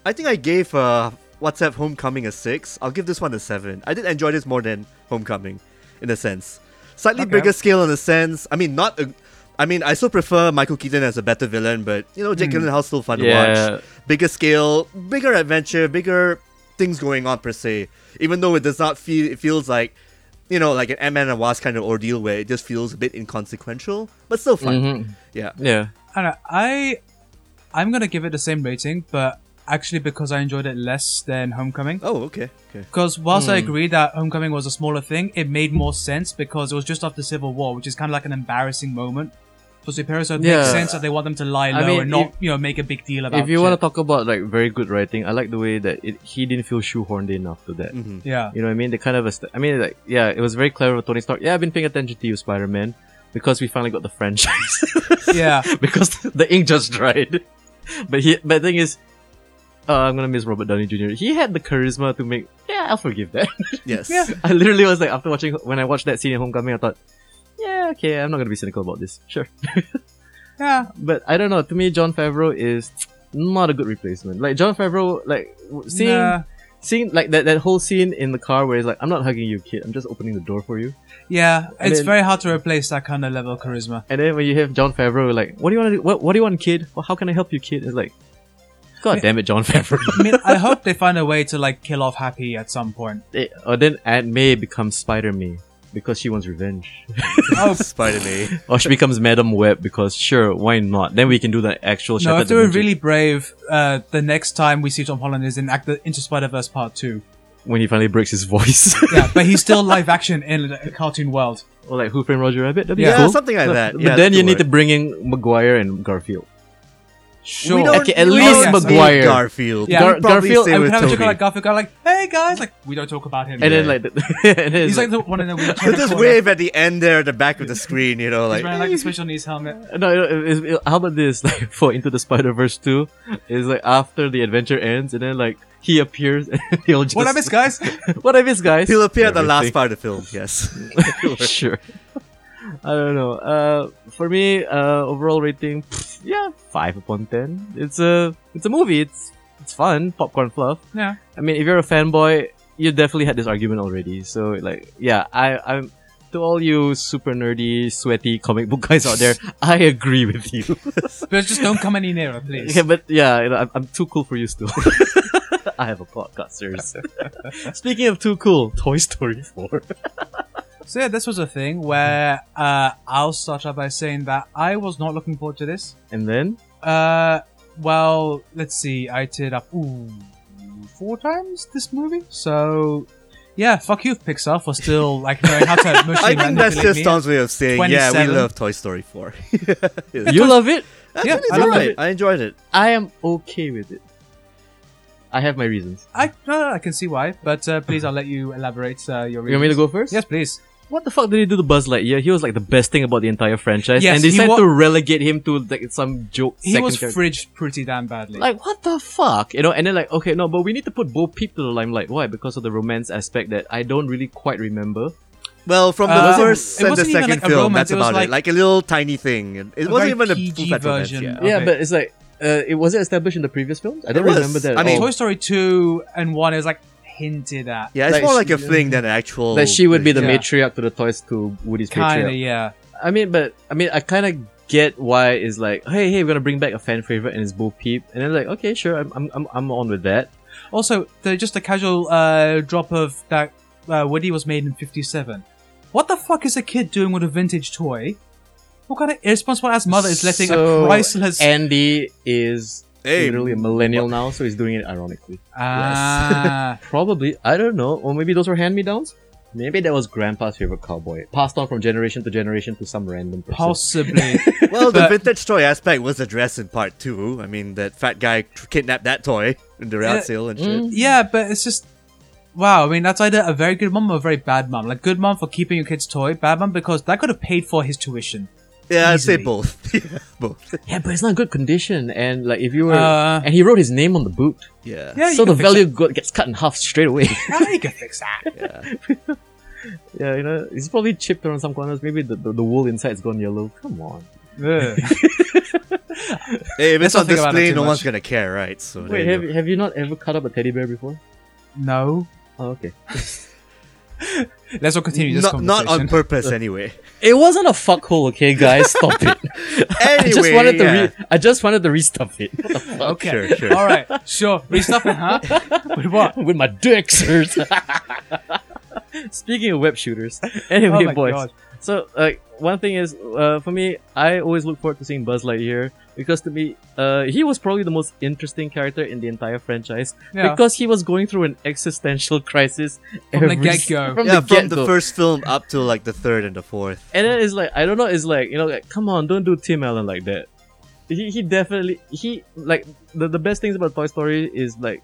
I think I gave uh, WhatsApp Homecoming a six. I'll give this one a seven. I did enjoy this more than Homecoming, in a sense. Slightly
Okay.
bigger scale in a sense. I mean, not. A, I mean, I still prefer Michael Keaton as a better villain, but you know, Jake Gyllenhaal's still fun to
Yeah.
watch. Bigger scale, bigger adventure, bigger things going on per se. Even though it does not feel, it feels like. You know, like an Ant-Man and Wasp kind of ordeal where it just feels a bit inconsequential, but still fun. Yeah.
yeah,
I don't know, I I'm gonna give it the same rating, but actually because I enjoyed it less than Homecoming.
Oh, okay. Okay.
Because whilst
Hmm.
I agree that Homecoming was a smaller thing, it made more sense because it was just after Civil War, which is kind of like an embarrassing moment for superheroes. So it makes
Yeah.
sense that they want them to lie low
I mean,
and not
if-
you know make a big deal about.
if you want
want
to talk about like very good writing, I like the way that it, he didn't feel shoehorned in after that.
Mm-hmm.
yeah,
You know what I mean? The kind of a st- I mean, like yeah, it was very clever of Tony Stark. Yeah, I've been paying attention to you, Spider Man, because we finally got the franchise.
yeah,
because the ink just dried. But he, but the thing is, uh, I'm gonna miss Robert Downey Jr. He had the charisma to make. Yeah, I'll forgive that.
Yes.
Yeah.
I literally was like, after watching when I watched that scene in Homecoming, I thought, yeah, okay, I'm not gonna be cynical about this. Sure,
yeah.
but I don't know. To me, John Favreau is not a good replacement. Like John Favreau, like w- seeing
Nah.
seeing like that that whole scene in the car where he's like, I'm not hugging you, kid. I'm just opening the door for you.
Yeah,
And
it's
then-
very hard to replace that kind of level of charisma.
And then when you have John Favreau, like, what do you want to do? What What do you want, kid? Well, how can I help you, kid? It's like, God damn it, John Favreau.
I mean, I hope they find a way to like kill off Happy at some point.
They- or then Aunt May becomes Spider May because she wants revenge,
Oh,
Spider Man.
or she becomes Madam Web because sure, why not? Then we can do the actual.
no,
Shattered
if they were
Dimension
really brave, uh, the next time we see Tom Holland is in Act- Into Spider Verse Part Two.
when he finally breaks his voice,
Yeah, but he's still live action in a cartoon world.
or like Who Framed Roger Rabbit? That'd be
Yeah,
cool.
something like
But-
that.
But
Yeah,
then
that
you
could
need to
work.
bring in Maguire and Garfield.
Sure.
We don't-
Okay, at
we
least
don't need
Maguire.
Garfield.
Yeah.
We'll
Gar-
probably
Garfield-
stay
I would
with
have a joke
Toby.
like Garfield. Guy, like, hey guys, like we don't talk about him.
And then
Yeah.
like, the, and then
he's
it's
like the one in the wheelchair.
We'll just wave at the end there at the back of the screen, you know,
He's
like
wearing like a switch on his helmet.
No, no, it- it- how about this? Like for Into the Spider Verse two, is like after the adventure ends, and then like he appears, and he'll just
What I miss, guys?
What I miss, guys?
he'll appear at the last
Everything.
part of the film. Yes.
sure. I don't know. Uh, for me, uh, overall rating, pff, yeah, five upon ten. It's a it's a movie. It's it's fun, popcorn fluff.
yeah.
I mean, if you're a fanboy, you definitely had this argument already. So like, yeah, I I'm to all you super nerdy, sweaty comic book guys out there, I agree with you.
But just don't come any nearer, please.
Yeah, but yeah, you know, I'm, I'm too cool for you still. I have a podcast, sirs. Speaking of too cool, Toy Story 4.
So yeah, this was a thing where uh, I'll start off by saying that I was not looking forward to this.
And then,
Uh, well, let's see. I teared up ooh, four times this movie. So yeah, fuck you, Pixar, for still like knowing how to
I
emotionally
think that's
manipulate
just
me.
Tom's way of saying, yeah, we
27.
love Toy Story 4.
you love it?
Yeah,
it's
I love
alright.
it.
I enjoyed it.
I am okay with it. I have my reasons.
I no, no, I can see why, but uh, please, I'll let you elaborate uh, your.
You want me to
reasons.
go first?
Yes, please.
What the fuck did he do to Buzz Lightyear? He was like the best thing about the entire franchise,
Yes,
and they
he
decided
wa-
to relegate him to like some joke.
He
second
was
character.
fridged pretty damn badly.
Like what the fuck, you know? And then like, okay, no, but we need to put Bo Peep to the limelight. Why? Because of the romance aspect that I don't really quite remember.
Well, from the
Uh,
first
it
and the
wasn't even
second
like a
film,
romance,
that's
it was
about
like-
it. Like a little tiny thing.
A
It- It wasn't
very
even a
PG
full-fledged romance,
version.
yeah.
Yeah,
Okay.
but it's like uh, it wasn't established in the previous films. I
It
don't
was.
remember that.
I
at
mean-
all.
Toy Story two and one is like hinted at.
Yeah, it's
Like
more
she-
like a fling than an actual.
that she would be the
Yeah.
matriarch to the toys to Woody's
Kinda,
patriarch.
yeah.
I mean, but I mean, I kind of get why it's like, hey, hey, we're gonna bring back a fan favorite and it's Bo Peep, and then like, okay, sure, I'm, I'm, I'm, I'm on with that.
Also, the, just a casual uh, drop of that uh, Woody was made in '57. What the fuck is a kid doing with a vintage toy? What kind of irresponsible ass mother is letting
So, eh,
a priceless?
Andy is
Hey,
literally a millennial now, so he's doing it ironically.
ah,
Probably, I don't know, or maybe those were hand me downs. Maybe that was Grandpa's favorite cowboy, passed on from generation to generation to some random person.
Possibly.
Well, the
But-
vintage toy aspect was addressed in part two. I mean, that fat guy tr- kidnapped that toy in the route
Yeah.
sale
Mm.
and shit.
yeah, but it's just wow. I mean, that's either a very good mom or a very bad mom. Like good mom for keeping your kid's toy, bad mom because that could have paid for his tuition.
Yeah, I'd say
Easily.
both. yeah, both.
Yeah, but it's not in good condition, and like if you were,
Uh,
and he wrote his name on the boot,
Yeah.
Yeah,
so
you
the
can fix
value go- gets cut in half straight away.
That. Yeah, you can fix that.
yeah, you know, it's probably chipped around some corners. Maybe the, the, the wool inside's gone yellow. Come on.
Ugh.
Hey, if
Let's
it's on
not think about it
display,
too
no
much.
one's gonna care, right? So there
Wait,
you
have,
go.
have you not ever cut up a teddy bear before?
no,
Oh, okay.
let's not continue this
Not-
conversation.
not on purpose, anyway.
It wasn't a fuckhole, okay, guys. Stop it. I just
Anyway,
wanted to
yeah.
re- I just wanted to restuff it. What the fuck?
okay,
Sure, sure.
all right, sure. Restuff it, huh? With what?
With my dick, sirs. Speaking of web shooters, anyway,
oh my
boys.
god.
So, like, one thing is, uh, for me, I always look forward to seeing Buzz Lightyear because to me, uh, he was probably the most interesting character in the entire franchise
Yeah.
because he was going through an existential crisis
From the
every-
get-go.
From
yeah,
the
from
get
the
go.
first film up to like the third and the fourth.
And then it's like I don't know. It's like you know, like come on, don't do Tim Allen like that. He he definitely he like the the best things about Toy Story is like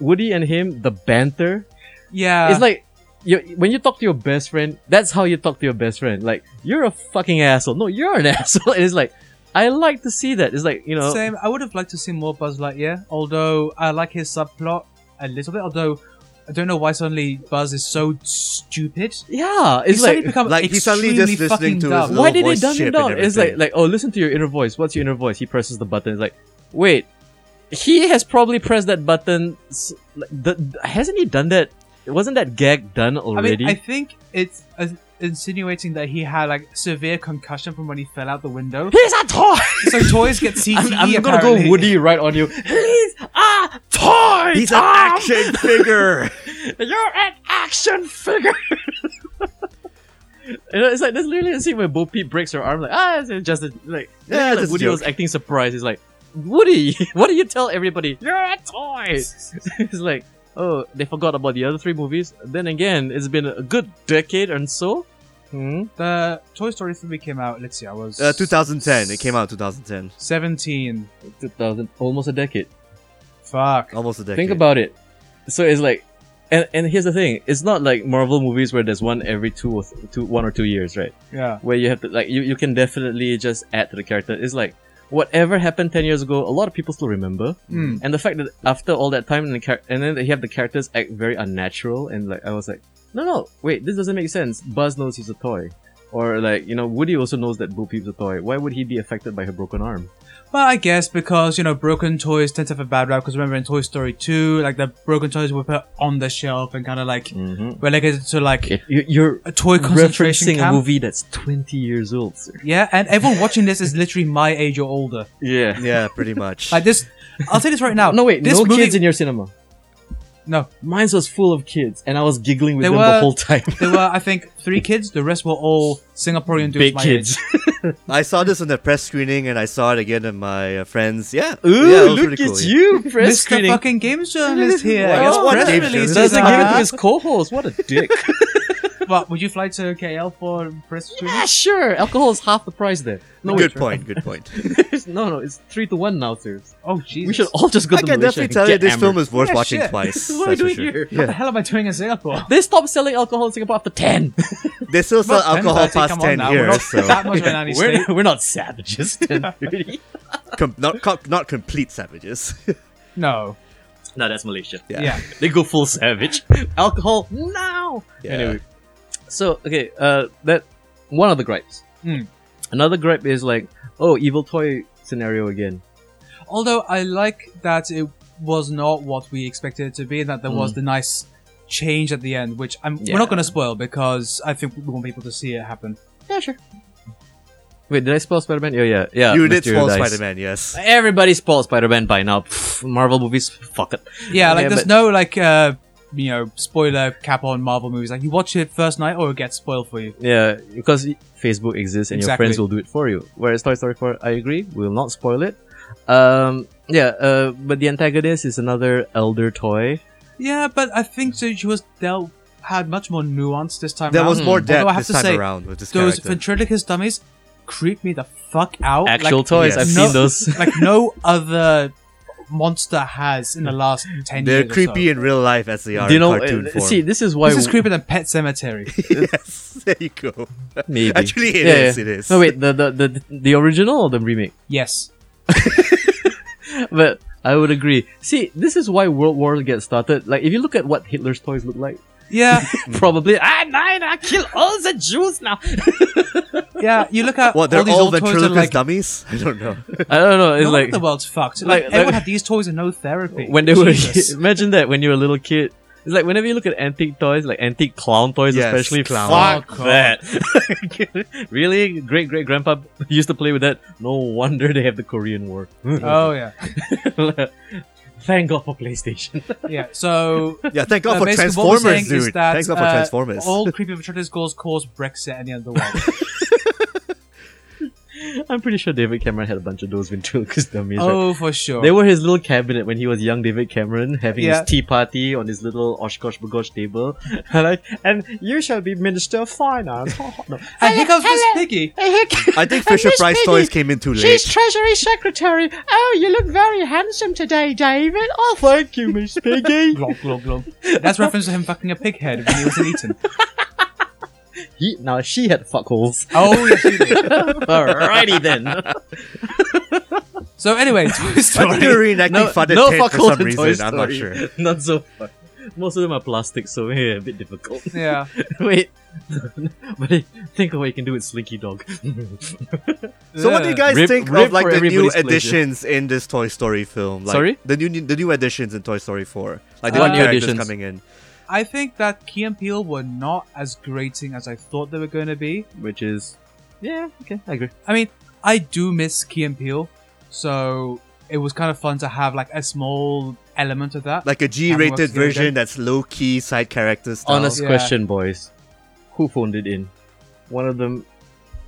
Woody and him the banter.
yeah,
it's like. you when you talk to your best friend, that's how you talk to your best friend. Like you're a fucking asshole. No, you're an asshole. And it's like I like to see that. It's like you know,
Same. I would have liked to see more Buzz Lightyear, although I like his subplot a little bit. Although I don't know why suddenly Buzz is so stupid.
yeah.
He's
It's
suddenly
like
become
like, he's suddenly just
extremely
listening
fucking
to his
dumb.
little
why did they
voice
dumb
chip and
it down? It's like
everything.
like oh, listen to your inner voice. What's your inner voice? He presses the button. It's like, wait, he has probably pressed that button. s- like, The, the- hasn't he done that? Wasn't that gag done
I mean,
already?
I think it's uh, insinuating that he had like severe concussion from when he fell out the window.
He's a toy.
so toys get CTE.
I'm, I'm gonna
apparently.
go Woody right on you. He's a toy.
he's an
Tom!
action figure.
You're an action figure. You know, it's like there's literally a scene where Bo Peep breaks her arm, like ah, it's just a, like
Yeah, it's
like
a
Woody
joke.
was acting surprised. He's like, Woody, what do you tell everybody? You're a toy. it's like, oh, they forgot about the other three movies. Then again, it's been a good decade and so. Hmm.
The Toy Story 3 came out. Let's see, I was
Uh, 2010. It came out in 2010.
17.
2000, almost a decade. Oh.
Fuck.
Almost a decade.
Think about it. So it's like, and, and here's the thing: it's not like Marvel movies where there's one every two or th- two, one or two years, right?
Yeah.
where you have to like you, you can definitely just add to the character. It's like whatever happened ten years ago, a lot of people still remember.
Mm.
And the fact that after all that time and the char- and then they have the characters act very unnatural and like I was like, no no, wait, this doesn't make sense. Buzz knows he's a toy. Or like, you know, Woody also knows that Bo Peep's a toy. Why would he be affected by her broken arm?
Well, I guess because, you know, broken toys tend to have a bad rap. Because remember in Toy Story 2, like the broken toys were put on the shelf and kind of like
Mm-hmm.
relegated to like
You, you're
a toy concentration
referencing
camp.
a movie that's 20 years old, sir.
Yeah, and everyone watching this is literally my age or older.
Yeah.
Yeah, pretty much.
Like this, I'll say this right now.
No, wait,
this
no
movie,
kids in your cinema.
no,
Mine was full of kids, and I was giggling with
They
them the
were-
whole time.
there were I think three kids. The rest were all Singaporean dudes.
Big
my
kids.
Age.
I saw this in the press screening, and I saw it again in my uh, friends. Yeah,
Ooh,
yeah, it was
look
pretty cool.
at
yeah.
you, press
Mr.
screening.
Fucking games journalist here.
Well,
I guess
that's what
press
games
releases
journalist
Doesn't give it to
are-
his co-host. What a dick.
Well, would you fly to KL for press
yeah,
screening?
Ah, sure. Alcohol is half the price there. No,
good
wait,
point. Good point.
no, no. It's three to one now, sir.
Oh Jesus!
We should all just go
I
to
can
Malaysia
definitely
and
tell you
get
this
hammered.
film is worth
Yeah,
watching
shit.
twice.
What are we
that's for
doing
sure.
here?
What the hell am I doing in Singapore?
They stopped selling alcohol in Singapore after ten.
They still sell
Well, 10,
alcohol
but I think,
past
come on
ten
now, we're
here,
not
so
That much of an anti
we're,
state.
we're not savages. then, really.
com- not co- not complete savages.
No.
no, that's Malaysia.
Yeah.
They go full savage. Alcohol now.
Yeah.
Anyway, so okay, uh, that one of the gripes.
Hmm.
Another gripe is like, oh, evil toy scenario again.
Although I like that it was not what we expected it to be, and that there
Mm.
was the nice change at the end, which I'm we're
Yeah.
not going to spoil because I think we want people to see it happen.
Yeah, sure. Wait, did I spoil Spider Man? Yeah, yeah, yeah.
you did
Mysterio
spoil
dies.
Spider Man, yes.
Everybody spoiled Spider Man by now. Pff, Marvel movies, fuck it.
Yeah, like
Yeah,
there's
but-
no like uh you know spoiler cap on Marvel movies. Like you watch it first night or it gets spoiled for you.
Yeah, because Facebook exists and your
Exactly.
friends will do it for you. Whereas Toy Story 4, I agree, we will not spoil it. Um, yeah, uh, but the antagonist is another elder toy.
Yeah, but I think so. She was dealt had much more nuance this time.
There
round.
was more
Although
depth
I have
this
to
time
say,
around with this
those
character.
ventriloquist dummies creep me the fuck out.
Actual
Oh, like,
toys.
yes.
I've
no,
seen those.
like no other monster has in the last ten
They're
years.
creepy
Or
in real life as they are
Do you
in
know?
cartoon
uh,
form.
see, this is
so.
why
This is creepier than Pet Cemetery.
yes, there you go.
maybe
Actually, it
Yeah,
is,
yeah.
It is.
No, wait. The, the the the original or the remake?
yes.
But I would agree. See, this is why World War gets started. Like, if you look at what Hitler's toys look like,
Yeah.
probably ah nine, I kill all the Jews now.
Yeah. You look at
What? They're
all these
all,
old toys
ventriloquist
and like,
dummies? I don't know.
I don't know. It's
no wonder
like
the world's fucked.
like-
Like,
like-
everyone had these toys and no therapy.
when they were
Jesus.
imagine that when you were a little kid. It's like whenever you look at antique toys, like antique clown toys,
Yes,
especially
clown.
Fuck
Oh, God.
that. really, great great grandpa used to play with that. No wonder they have the Korean War.
Oh yeah,
Thank God for PlayStation.
yeah. So
Yeah, thank God
uh,
for
basically what we're
Transformers,
saying is
dude.
that,
Thanks God for
uh,
Transformers.
All creepy ventriloquist girls cause Brexit and the end of the world.
I'm pretty sure David Cameron had a bunch of those ventriloquist dummies. right?
oh, for sure.
They were his little cabinet when he was young, David Cameron, having
Yeah.
his tea party on his little Oshkosh Bagosh table. And like, and you shall be Minister of Finance. No.
and here comes Miss Piggy.
I think Fisher Price toys came in too late.
She's Treasury Secretary. Oh, you look very handsome today, David. Oh, thank you, Miss Piggy.
Glomp, glomp, glomp. That's reference to him fucking a pig head when he was in Eton.
He, now she had fuck holes.
Oh, yes, you did.
Alrighty then.
So anyway, Toy
I think
Story.
they're reenacting Father Ted
fuck
for
holes
some
in Toy
reason. I'm not
Story.
sure.
Not so fun. Most of them are plastic, so yeah, a bit difficult.
yeah.
Wait. but hey, think of what you can do with Slinky Dog.
So, what do you guys
Rip-
think
rip
of like
for
the new
everybody's pleasure.
additions in this Toy Story film? Like,
Sorry?
the new the new additions in Toy Story Four, like the
What
new
new
characters
additions?
coming in.
I think that Key and Peele were not as grating as I thought they were going to be.
Which is. Yeah, okay, I agree.
I mean, I do miss Key and Peele, so it was kind of fun to have like a small element of that.
Like a
And what's
G-rated
the other
version
guy?
that's low key side characters.
Honest
Yeah.
question, boys. Who phoned it in? One of them.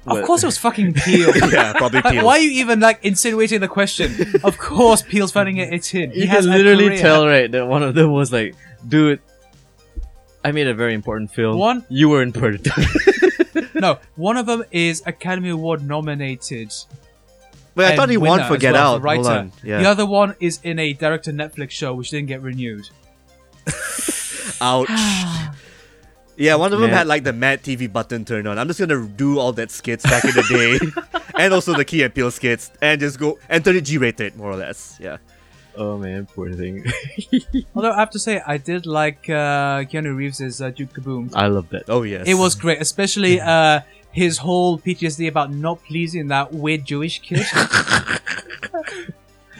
of course, it was fucking Peele.
yeah, probably
Like,
Peele.
why are you even like insinuating the question? of course, Peel's finding it. It's him. He
You
has
can
a
literally
career.
tell, right, that one of them was like, dude, I made a very important film.
One-
You were in Purgatory.
No, one of them is Academy Award nominated.
Wait, I
and
thought he won
winner
for
as
Get
well,
Out.
for writer.
Hold on.
The
Yeah.
other one is in a director Netflix show which didn't get renewed.
Ouch. Yeah, one of them
Yeah.
had like the Mad TV button turned on. I'm just gonna do all that skits back in the day, and also the Key and Peele skits, and just go and turn it G-rated more or less. Yeah.
oh man, poor thing.
Although I have to say, I did like uh, Keanu Reeves' uh, Duke Kaboom.
I love that.
Oh yes.
It was great, especially uh, his whole PTSD about not pleasing that weird Jewish kid.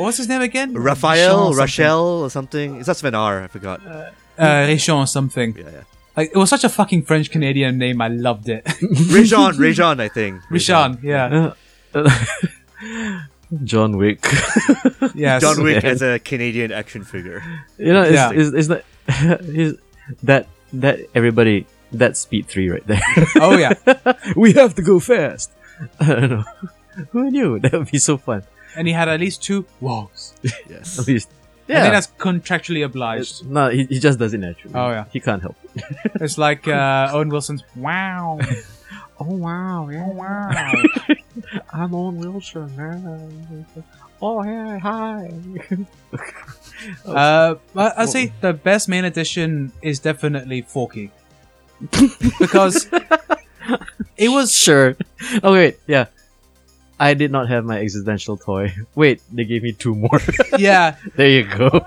what was his name again? Rishon
Raphael,
something.
Rachel, or something. Is that Sven R? I forgot.
Uh, Rishon something.
Yeah, yeah.
Like, it was such a fucking French Canadian name. I loved it.
Rajon, Rajon, I think.
Rishan, yeah,
John Wick.
yeah.
John Wick
Yeah.
as a Canadian action figure.
you know, it's,
Yeah.
it's, it's not. it's- that, that, everybody, that's speed three right there.
Oh yeah,
we have to go fast. I don't know. Who knew? That would be so fun.
and he had at least two wows.
Yes.
Oh,
At least.
I think that's contractually obliged.
It's- No, he, he just does it naturally.
Oh, yeah.
He can't help. it.
It's like uh, Owen Wilson's wow. oh wow, yeah. wow.
I'm on Wilson now. Oh, hey, hi.
uh, but I'd say the best main edition is definitely Forky. because it was
Sure. Oh, wait. Yeah. I did not have my existential toy. Wait, they gave me two more.
yeah
there you go.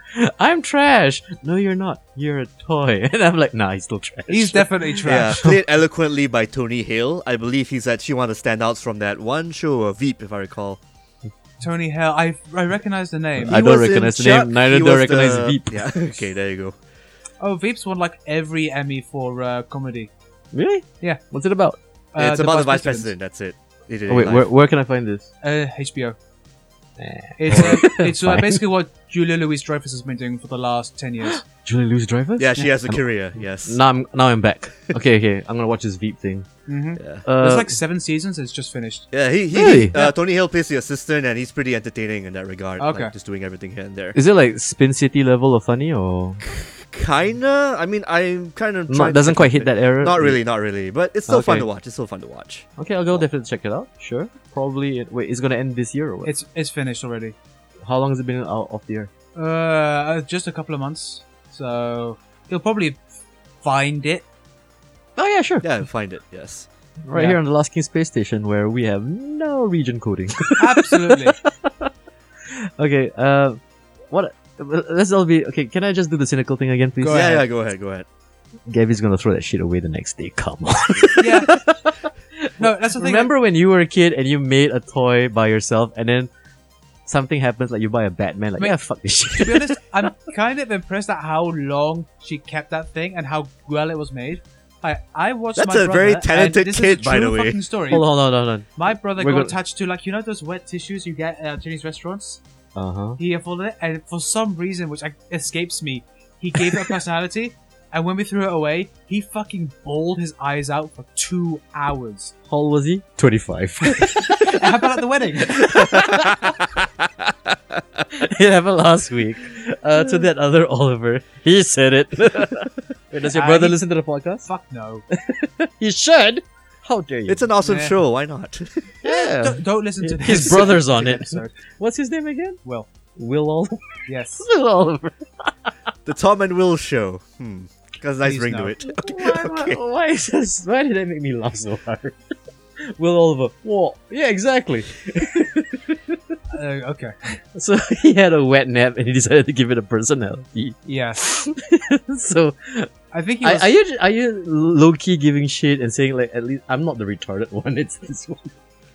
I'm trash. No, you're not. You're a toy. And I'm like, nah, he's still trash.
he's definitely
Yeah,
trash
played eloquently by Tony Hale. I believe he's actually one of the standouts from that one show, uh, Veep, if I recall.
Tony Hale I I recognize the name
I
He
don't
was in
recognize the
Chuck,
name, neither
he
do I
was
recognize
the-
Veep.
Yeah, okay, there you go.
oh Veeps won like every Emmy for uh, comedy
Really?
Yeah.
What's it about?
uh,
it's about the vice president, that's it. It is
Oh, wait,
live.
where, where can I find this?
Uh, HBO. It's, uh, it's uh,
Fine.
basically what Julia Louis Dreyfus has been doing for the last 10 years.
Julie Louis Dreyfus?
Yeah, she has a career, yes.
Now I'm, now I'm back. Okay, okay. I'm gonna watch this Veep thing.
Mm-hmm.
Yeah,
Uh,
There's like seven seasons, it's just finished.
yeah he, he
Really?
uh, Tony Hale plays the assistant and he's pretty entertaining in that regard.
Okay.
Like, just doing everything here and there.
Is it like Spin City level of funny or
kinda. I mean, I'm kind of
Not, doesn't quite hit that error.
Not really, not really. But it's still fun
Okay.
to watch. It's still fun to watch.
Okay, I'll go definitely check it out. Sure. Probably. It, wait, it's gonna end this year or what?
It's it's finished already.
How long has it been out of the air?
Uh, just a couple of months, so you'll probably find it.
Oh yeah, sure.
Yeah, find it. Yes.
Right
Yeah.
here on the Last King space station, where we have no region coding.
Absolutely.
okay. Uh, what? Let's all be okay. Can I just do the cynical thing again, please?
Go
yeah,
ahead.
yeah. Go ahead. Go ahead.
Gavi's gonna throw that shit away the next day. Come on.
yeah. No, that's the thing.
Remember when you were a kid and you made a toy by yourself, and then something happens, like you buy a Batman, like
Wait.
yeah, fuck this shit.
to be honest, I'm kind of impressed at how long she kept that thing and how well it was made. I I watched.
That's
my
a very
brother, and
talented
this
kid,
is a
by the
true
way.
Fucking story.
hold on, hold on, hold on.
My brother
We're
got
gonna-
attached to like you know those wet tissues you get at Chinese restaurants.
Uh huh.
He unfolded it, and for some reason, which I, escapes me, he gave it a personality. And when we threw it away, he fucking bawled his eyes out for two hours.
How old was he? Twenty-five.
It happened at the wedding.
it happened last week. Uh, to that other Oliver, he said it. Wait, does your
I-
brother listen to the podcast?
Fuck no.
He should. How dare you?
It's an awesome
Yeah.
show. Why not?
yeah.
Don't, don't listen to
His
this.
brother's on it.
Episode.
What's his name again?
Will.
Will Oliver.
Yes.
Will Oliver.
the Tom and Will show. Hmm. Got a nice
Please
ring
no.
to it.
Why, why, why is this? Why did that make me laugh so hard? Will Oliver. Whoa. Yeah, exactly.
Uh, okay.
So he had a wet nap and he decided to give it a personality.
Yeah.
so
I think he
I,
was.
are you are you low key giving shit and saying like at least I'm not the retarded one. It's this one.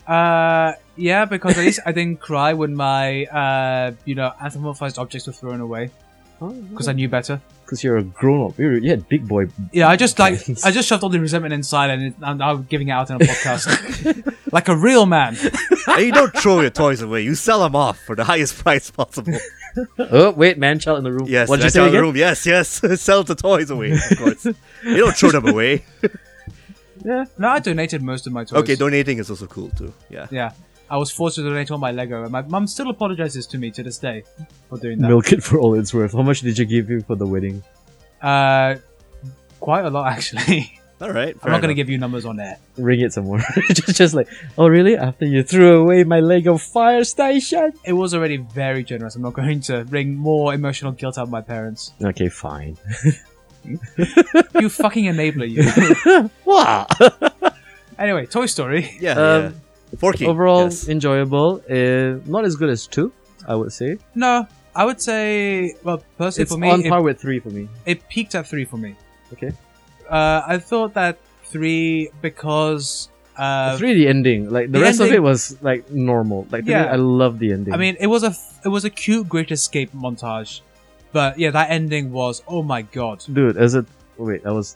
Uh, yeah, because at least I didn't cry when my, uh, you know, anthropomorphized objects were thrown away because I knew better.
because you're a grown up. You're you had big boy.
Yeah, I just like I just shoved all the resentment inside and I'm now giving it out in a podcast like a real man.
and you don't throw your toys away. You sell them off for the highest price possible.
Oh wait, man, child in the room.
Yes.
what did you
that's
say
out of the
again?
Room. Yes, yes. sell the toys away. Of course. you don't throw them away.
No, I donated most of my toys.
Okay, donating is also cool too. Yeah.
Yeah, I was forced to donate all my Lego, and my mum still apologizes to me to this day for doing that.
Milk it for all it's worth. How much did you give him for the wedding?
Uh, quite a lot actually.
All right.
I'm not gonna give you numbers on air.
Ring it some more. just, just like, oh really? After you threw away my Lego fire station?
It was already very generous. I'm not going to wring more emotional guilt out of my parents.
Okay, fine.
You fucking enabler, you.
Wow.
Anyway, Toy Story.
Yeah.
Um,
yeah. Forky.
Overall
yes.
enjoyable. Uh, not as good as two, I would say.
No, I would say, well, personally
it's
for me,
on
it,
par with three for me.
it peaked at three for me.
Okay.
Uh, I thought that three because uh,
three the ending, like the,
the
rest of it
ending-
was like normal. Like to me,
Yeah.
I love the ending.
I mean, it was a it was a cute Great Escape montage, but yeah, that ending was oh my god.
dude, as a wait, I was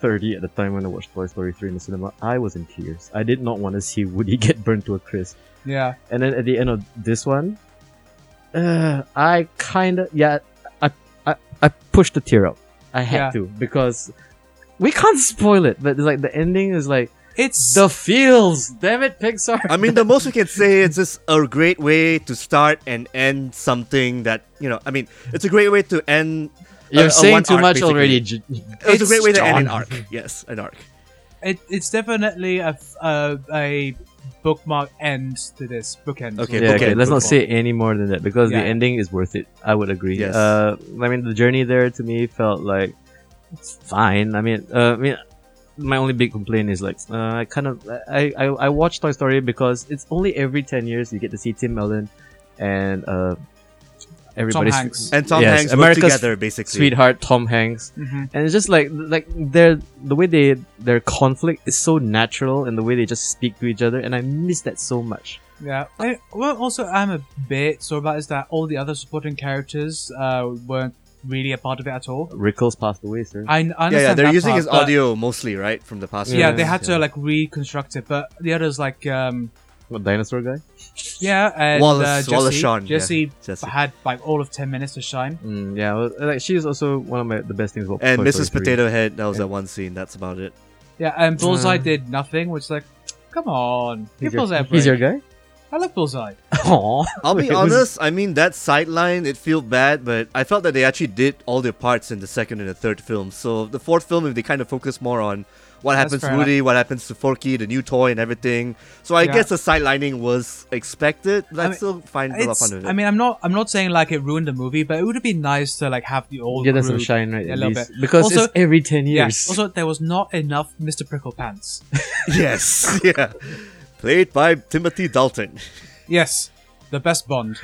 thirty at the time when I watched Toy Story three in the cinema. I was in tears. I did not want to see Woody get burned to a crisp.
Yeah,
And then at the end of this one, uh, I kind of yeah, I, I I pushed the tear up. I had
Yeah.
to because we can't spoil it. But it's like the ending is like
it's
the feels. Damn it, Pixar.
I mean, the most we can say is it's a great way to start and end something that you know. I mean, it's a great way to end.
You're
Uh,
a- a
saying
one
too
arc,
much
basically.
already. J-
It's, a great way to end an
John.
arc. Yes, an arc.
it, it's definitely a, f- a a bookmark end to this bookend.
Okay,
yeah,
bookend,
okay. Let's not
bookend.
say any more than that because the
Yeah.
ending is worth it. I would agree.
Yes.
Uh, I mean, the journey there to me felt like it's fine. I mean, uh, I mean, my only big complaint is like uh, I kind of I, I I watch Toy Story because it's only every ten years you get to see Tim Allen and uh, everybody's
Hanks.
And Tom
Yes,
Hanks
America's
work together basically.
sweetheart Tom Hanks,
Mhm.
and it's just like like their the way they their conflict is so natural and the way they just speak to each other, and I miss that so much.
Yeah. I, well, also, I'm a bit sore about is that all the other supporting characters uh, weren't really a part of it at all.
Rickles passed away, sir.
I, I understand
Yeah, yeah. They're
that
using
part,
his
but-
audio mostly, right, from the past.
Yeah,
years.
they had
Yeah.
to like reconstruct it, but the others like um
What dinosaur guy?
yeah and
Wallace-
uh, Jesse,
Wallace Shawn, yeah.
Jesse
Jesse.
had like all of ten minutes to shine.
Mm, yeah, well, like she's also one of my, the best things about
And
Toy Story
Mrs.
3.
Potato Head. That was that one scene. That's about it.
Yeah, and Bullseye
Mm.
did nothing, which like, come on,
He's
give
your,
Bullseye a
he's your
break.
guy.
I like Bullseye.
Aww.
I'll be honest. I mean, that sideline it felt bad, but I felt that they actually did all their parts in the second and the third film. So the fourth film, if they kind of focus more on what happens to
fair
Woody, what happens to Forky, the new toy, and everything. So I
Yeah.
guess the sidelining was expected, but I,
I mean,
still find a lot of
It's,
fun with it.
I mean, I'm not. I'm not saying like it ruined the movie, but it would have been nice to like have the old.
Get us some
crew-
shine, right?
Yeah,
At
a little
least.
bit.
Because
Also-
it's every 10
Yeah.
years.
Also, there was not enough Mr. Prickle Pants.
yes, yeah. Played by Timothy Dalton.
yes, the best Bond.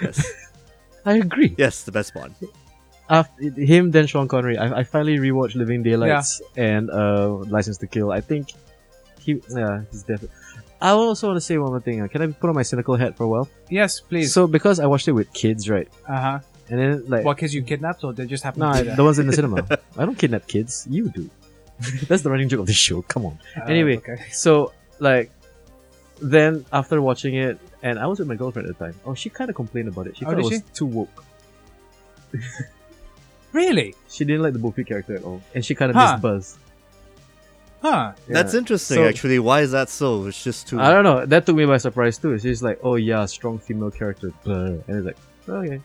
I agree.
Yes, the best Bond.
After him, then Sean Connery. I, I finally rewatched Living Daylights and uh, License to Kill. I think he, yeah, he's definitely. I also want to say one more thing. uh, Can I put on my cynical hat for a while?
Yes, please.
So because I watched it with kids, right?
uh huh.
And then like,
What kids you kidnapped, or they just happen
nah,
to do that?
the ones in the cinema. I don't kidnap kids. You do. That's the running joke of the show. Come on.
Uh,
anyway.
okay.
So like, then after watching it, and I was with my girlfriend at the time. Oh, she kind of complained about it. She
Oh,
thought it
did
was
she?
too woke.
really?
She didn't like the Bo Peep character at all, and she kind of
Huh.
missed Buzz.
Huh.
That's
Yeah.
interesting,
So-
actually. Why is that so? It's just too.
I don't know. That took me by surprise too. She's like, "Oh yeah, strong female character," blah. and it's like, "Okay,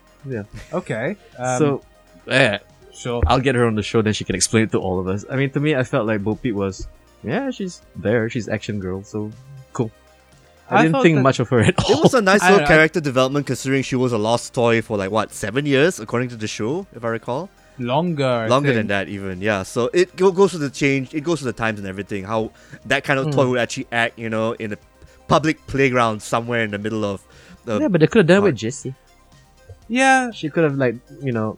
Okay. Um,
so eh,
sure.
I'll get her on the show, then she can explain it to all of us." I mean, to me, I felt like Bo Peep was, yeah, she's there, she's action girl, so cool. I,
I
didn't
thought
think
that-
much of her at
It
all.
was a nice
I
little
don't know, I-
character development considering she was a lost toy for like what seven years, according to the show, if I recall.
Longer. I
Longer than
think.
that, even yeah. So it go- goes to the change, it goes to the times and everything. How that kind of
Hmm.
toy would actually act, you know, in a public playground somewhere in the middle of the
yeah, but they could have done it with Jesse.
Yeah.
She could have like, you know,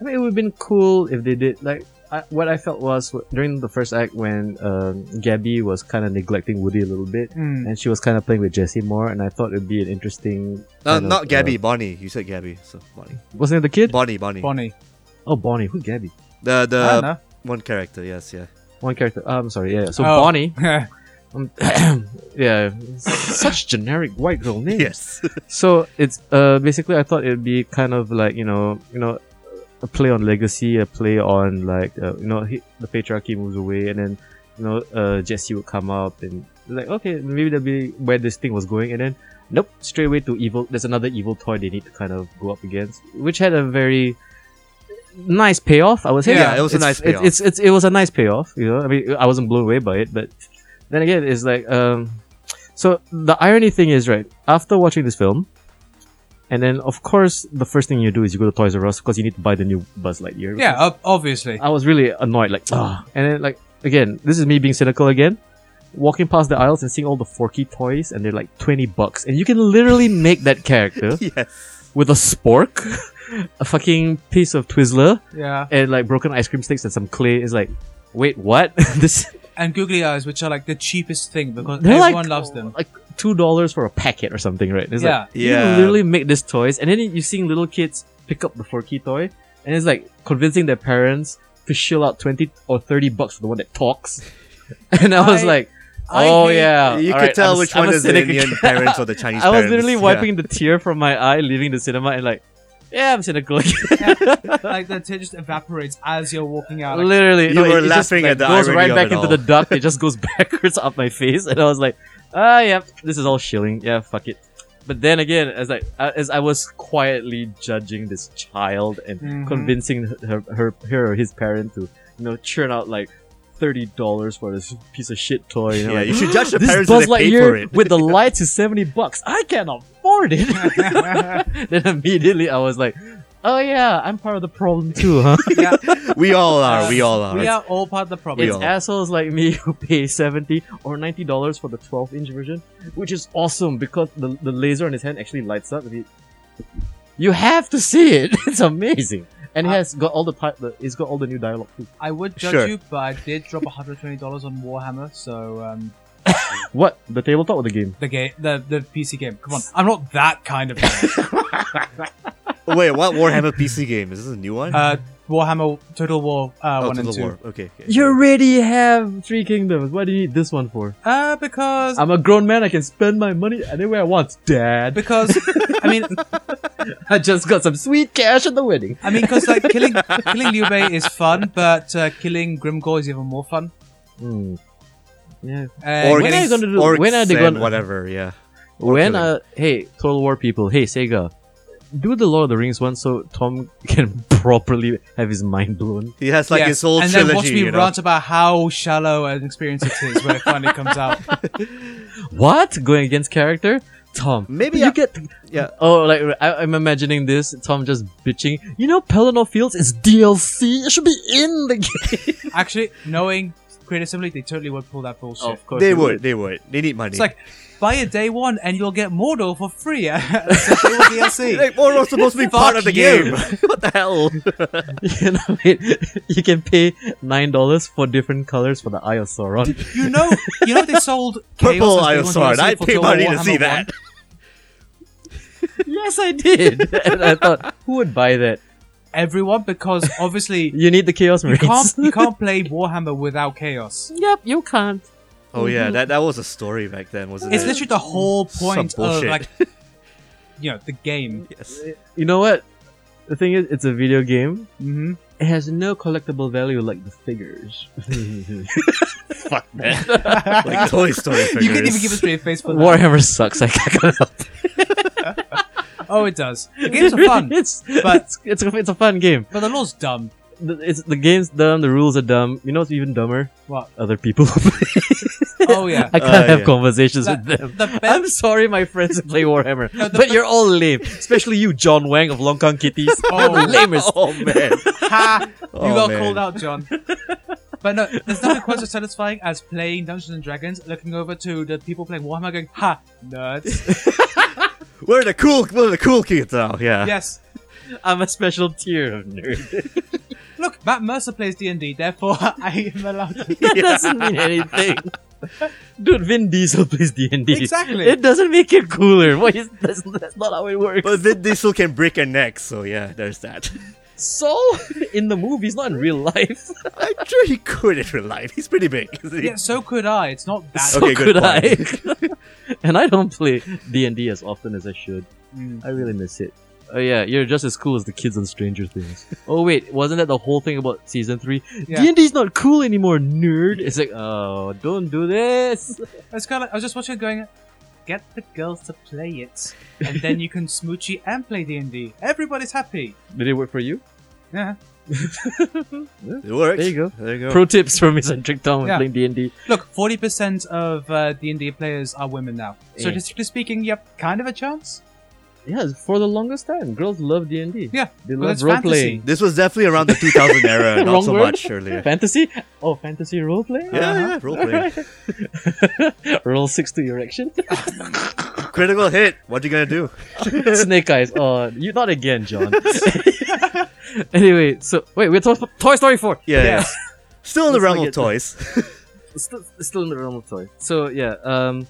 I mean, it would have been cool if they did like. I, what I felt was w- during the first act when um, Gabby was kind of neglecting Woody a little bit,
Mm.
and she was kind of playing with Jesse more, and I thought it'd be an interesting.
No,
kind of,
not Gabby,
uh,
Bonnie. You said Gabby, so Bonnie,
wasn't it the kid?
Bonnie, Bonnie.
Bonnie.
oh, Bonnie. Who's Gabby?
The the
I don't know.
one character, yes, yeah.
One character. Oh, I'm sorry. Yeah. So
Oh.
Bonnie. Um, yeah. Such generic white girl names.
Yes,
So it's uh basically I thought it'd be kind of like you know you know a play on legacy, a play on like uh, you know he, the patriarchy moves away, and then you know uh Jesse would come up and like okay maybe that'll be where this thing was going, and then nope straight away to evil. There's another evil toy they need to kind of go up against, which had a very nice payoff. I would say
Yeah, it was a
It's-
nice
it's-
payoff.
It's, it's it was a nice payoff. You know, I mean I wasn't blown away by it, but then again it's like um. So the irony thing is, right, after watching this film, and then of course the first thing you do is you go to Toys R Us because you need to buy the new Buzz Lightyear.
Yeah. ob obviously.
Uh,
I was really annoyed, like ah. And then like again, this is me being cynical again. Walking past the aisles and seeing all the Forky toys, and they're like twenty bucks, and you can literally make that character
yes.
with a spork, a fucking piece of Twizzler,
yeah.
and like broken ice cream sticks and some clay. It's like, wait, what? this
And googly eyes, which are like the cheapest thing because
they're
everyone
like
loves them.
Like two dollars for a packet or something, right? It's like,
Yeah.
You
Yeah.
can literally make these toys, and then you're seeing little kids pick up the forky toy, and it's like convincing their parents to shell out twenty or thirty bucks for the one that talks. And I was
I-
like,
I
"Oh
hate-
yeah,
you
All
could
right,
tell
I'm a-
which
I'm
one
a
is the
cynic
Indian
again."
parents or the Chinese.
I was
parents.
literally
yeah.
wiping the tear from my eye, leaving the cinema, and like, "Yeah, I'm cynical." again."
like the tear just evaporates as you're walking out. Like,
literally,
You
no, it-
were
it just,
laughing
like,
at the
goes
irony
right
of
back
it
into
all.
the duct. It just goes backwards up my face, and I was like, "Ah, yeah, this is all shilling. Yeah, fuck it." But then again, as like uh, as I was quietly judging this child and
Mhm.
convincing her, her her or his parent to you know churn out like thirty dollars for this piece of shit toy. You know,
Yeah,
like, "Ah,
you should judge the
this
parents that
Buzz
they paid for
Lightyear
it.
with the lights is seventy bucks. I can afford it. then immediately I was like, "Oh yeah, I'm part of the problem too, huh?"
yeah,
We all are. We all are.
we are all part of the problem.
It's
all.
assholes like me who pay seventy or ninety dollars for the twelve inch version, which is awesome because the, the laser on his hand actually lights up. If you- You have to see it. It's amazing, and it
Uh,
has got all the part. The, it's got all the new dialogue too.
I would judge
Sure.
you, but I did drop $120 on Warhammer, so um,
What the tabletop or the game?
the game, the, the PC game. Come on, I'm not that kind of guy.
Oh, Wait, what Warhammer PC game? Is this a new one?
uh, Warhammer Total War uh,
oh,
one
Total
and two.
War. Okay. okay.
You already have Three Kingdoms. What do you need this one for?
Uh, because
Um,
I'm a grown man. I can spend my money anywhere I want. Dad,
because I mean
I just got some sweet cash at the wedding.
I mean because like killing killing Liu Bei is fun, but uh, killing Grimgore is even more fun. Uh,
Hmm. Yeah.
And
or
When are
getting
you gonna do-
orcs
when are they
and
gonna-
whatever? Yeah.
when
killing.
uh, hey, Total War people, hey Sega, do the Lord of the Rings one so Tom can properly have his mind blown.
He has like
Yes,
his whole
and
trilogy.
then watch me
you know?
rant about how shallow an experience it is when it finally comes out.
What going against character? Tom,
Maybe
you
I-
get
yeah.
Oh, like I, I'm imagining this Tom just bitching. You know, Pelennor Fields is DLC. It should be in the game.
Actually, knowing Creative Assembly, they totally would pull that bullshit.
course,
They would. They would. They need money.
It's like buy a day one and you'll get Mordor for free. It's a day one DLC.
Like, Mordor's supposed to be part of the
Fuck you.
game. what the hell?
You know, it, you can pay nine dollars for different colors for the Eye of Sauron.
You know, you know they sold
Purple
Chaos as day one
Eye of Sauron.
DLC
I
for
pay
Total
money to
Warhammer
see
1.
that.
yes, I did. and I thought, who would buy that?
Everyone, because obviously
You need the Chaos
you
Marines.
can't you can't play Warhammer without chaos.
yep, you can't.
Oh yeah, that, that was a story back then, wasn't
It's
it?
literally the whole point
Some
of
bullshit.
like you know the game.
Yes.
You know what? The thing is, it's a video game.
hmm
It has no collectible value like the figures.
Fuck that. like Toy Story figures.
You can even give us straight face for that.
Warhammer sucks. I can't help. it.
Oh, it does. The games are fun,
it's,
but-
it's, it's, a, it's a fun game.
but the law's dumb.
The, it's, the game's dumb. The rules are dumb. You know what's even dumber?
What?
Other people.
Oh yeah.
I can't
Uh,
have
yeah.
conversations
That-
with them.
the
I'm
best.
sorry, my friends who play Warhammer,
No, the
but
be-
you're all lame. Especially you, John Wang of Longkang Kitties.
Oh.
You're the lamest.
Oh man.
Ha! You
Oh,
got
man.
called out, John. But no, there's nothing quite so satisfying as playing Dungeons and Dragons, looking over to the people playing Warhammer, going, "Ha, nerds!"
We're the cool we're the cool kids now, yeah.
yes.
I'm a special tier of nerd.
Look, Matt Mercer plays D and D, therefore I am allowed. To-
That doesn't mean anything. Dude, Vin Diesel plays D and D.
Exactly.
It doesn't make it cooler. What is, that's, that's not how it works.
But Vin Diesel can break a neck, so yeah, there's that.
so in the movies, not in real life.
I'm sure he could in real life. He's pretty big, isn't he?
yeah, so could I. It's not that.
so
Okay, good
could I. and I don't play D and D as often as I should.
Mm.
I really miss it. Oh yeah, you're just as cool as the kids on Stranger Things. oh wait, wasn't that the whole thing about season three?
Yeah.
D and D's not cool anymore, nerd. It's like, oh, don't do this.
It's kind of. I was just watching, it going, "Get the girls to play it, and then you can smoochy and play D and D. Everybody's happy."
Did it work for you?
Yeah.
It works.
There you go.
There you go.
Pro tips from eccentric Tom when
Yeah.
playing D and D.
Look, forty percent of uh, D and D players are women now. So,
Yeah.
statistically speaking, you have kind of a chance.
Yeah, for the longest time, girls love D and D.
Yeah,
they
well,
love
that's
role
fantasy.
playing.
this was definitely around the 2000 era, not
Wrong
so
word?
much earlier.
Fantasy? Oh, fantasy role playing.
Yeah, yeah, role play.
Roll six to erection.
Critical hit. What you gonna do?
Snake Eyes. Oh, you not again, John. anyway, so wait, we're talking Toy Story four.
Yeah, yeah. Still in the
Let's
realm
not
of
get-
toys.
still, still in the realm of toy. So yeah, um,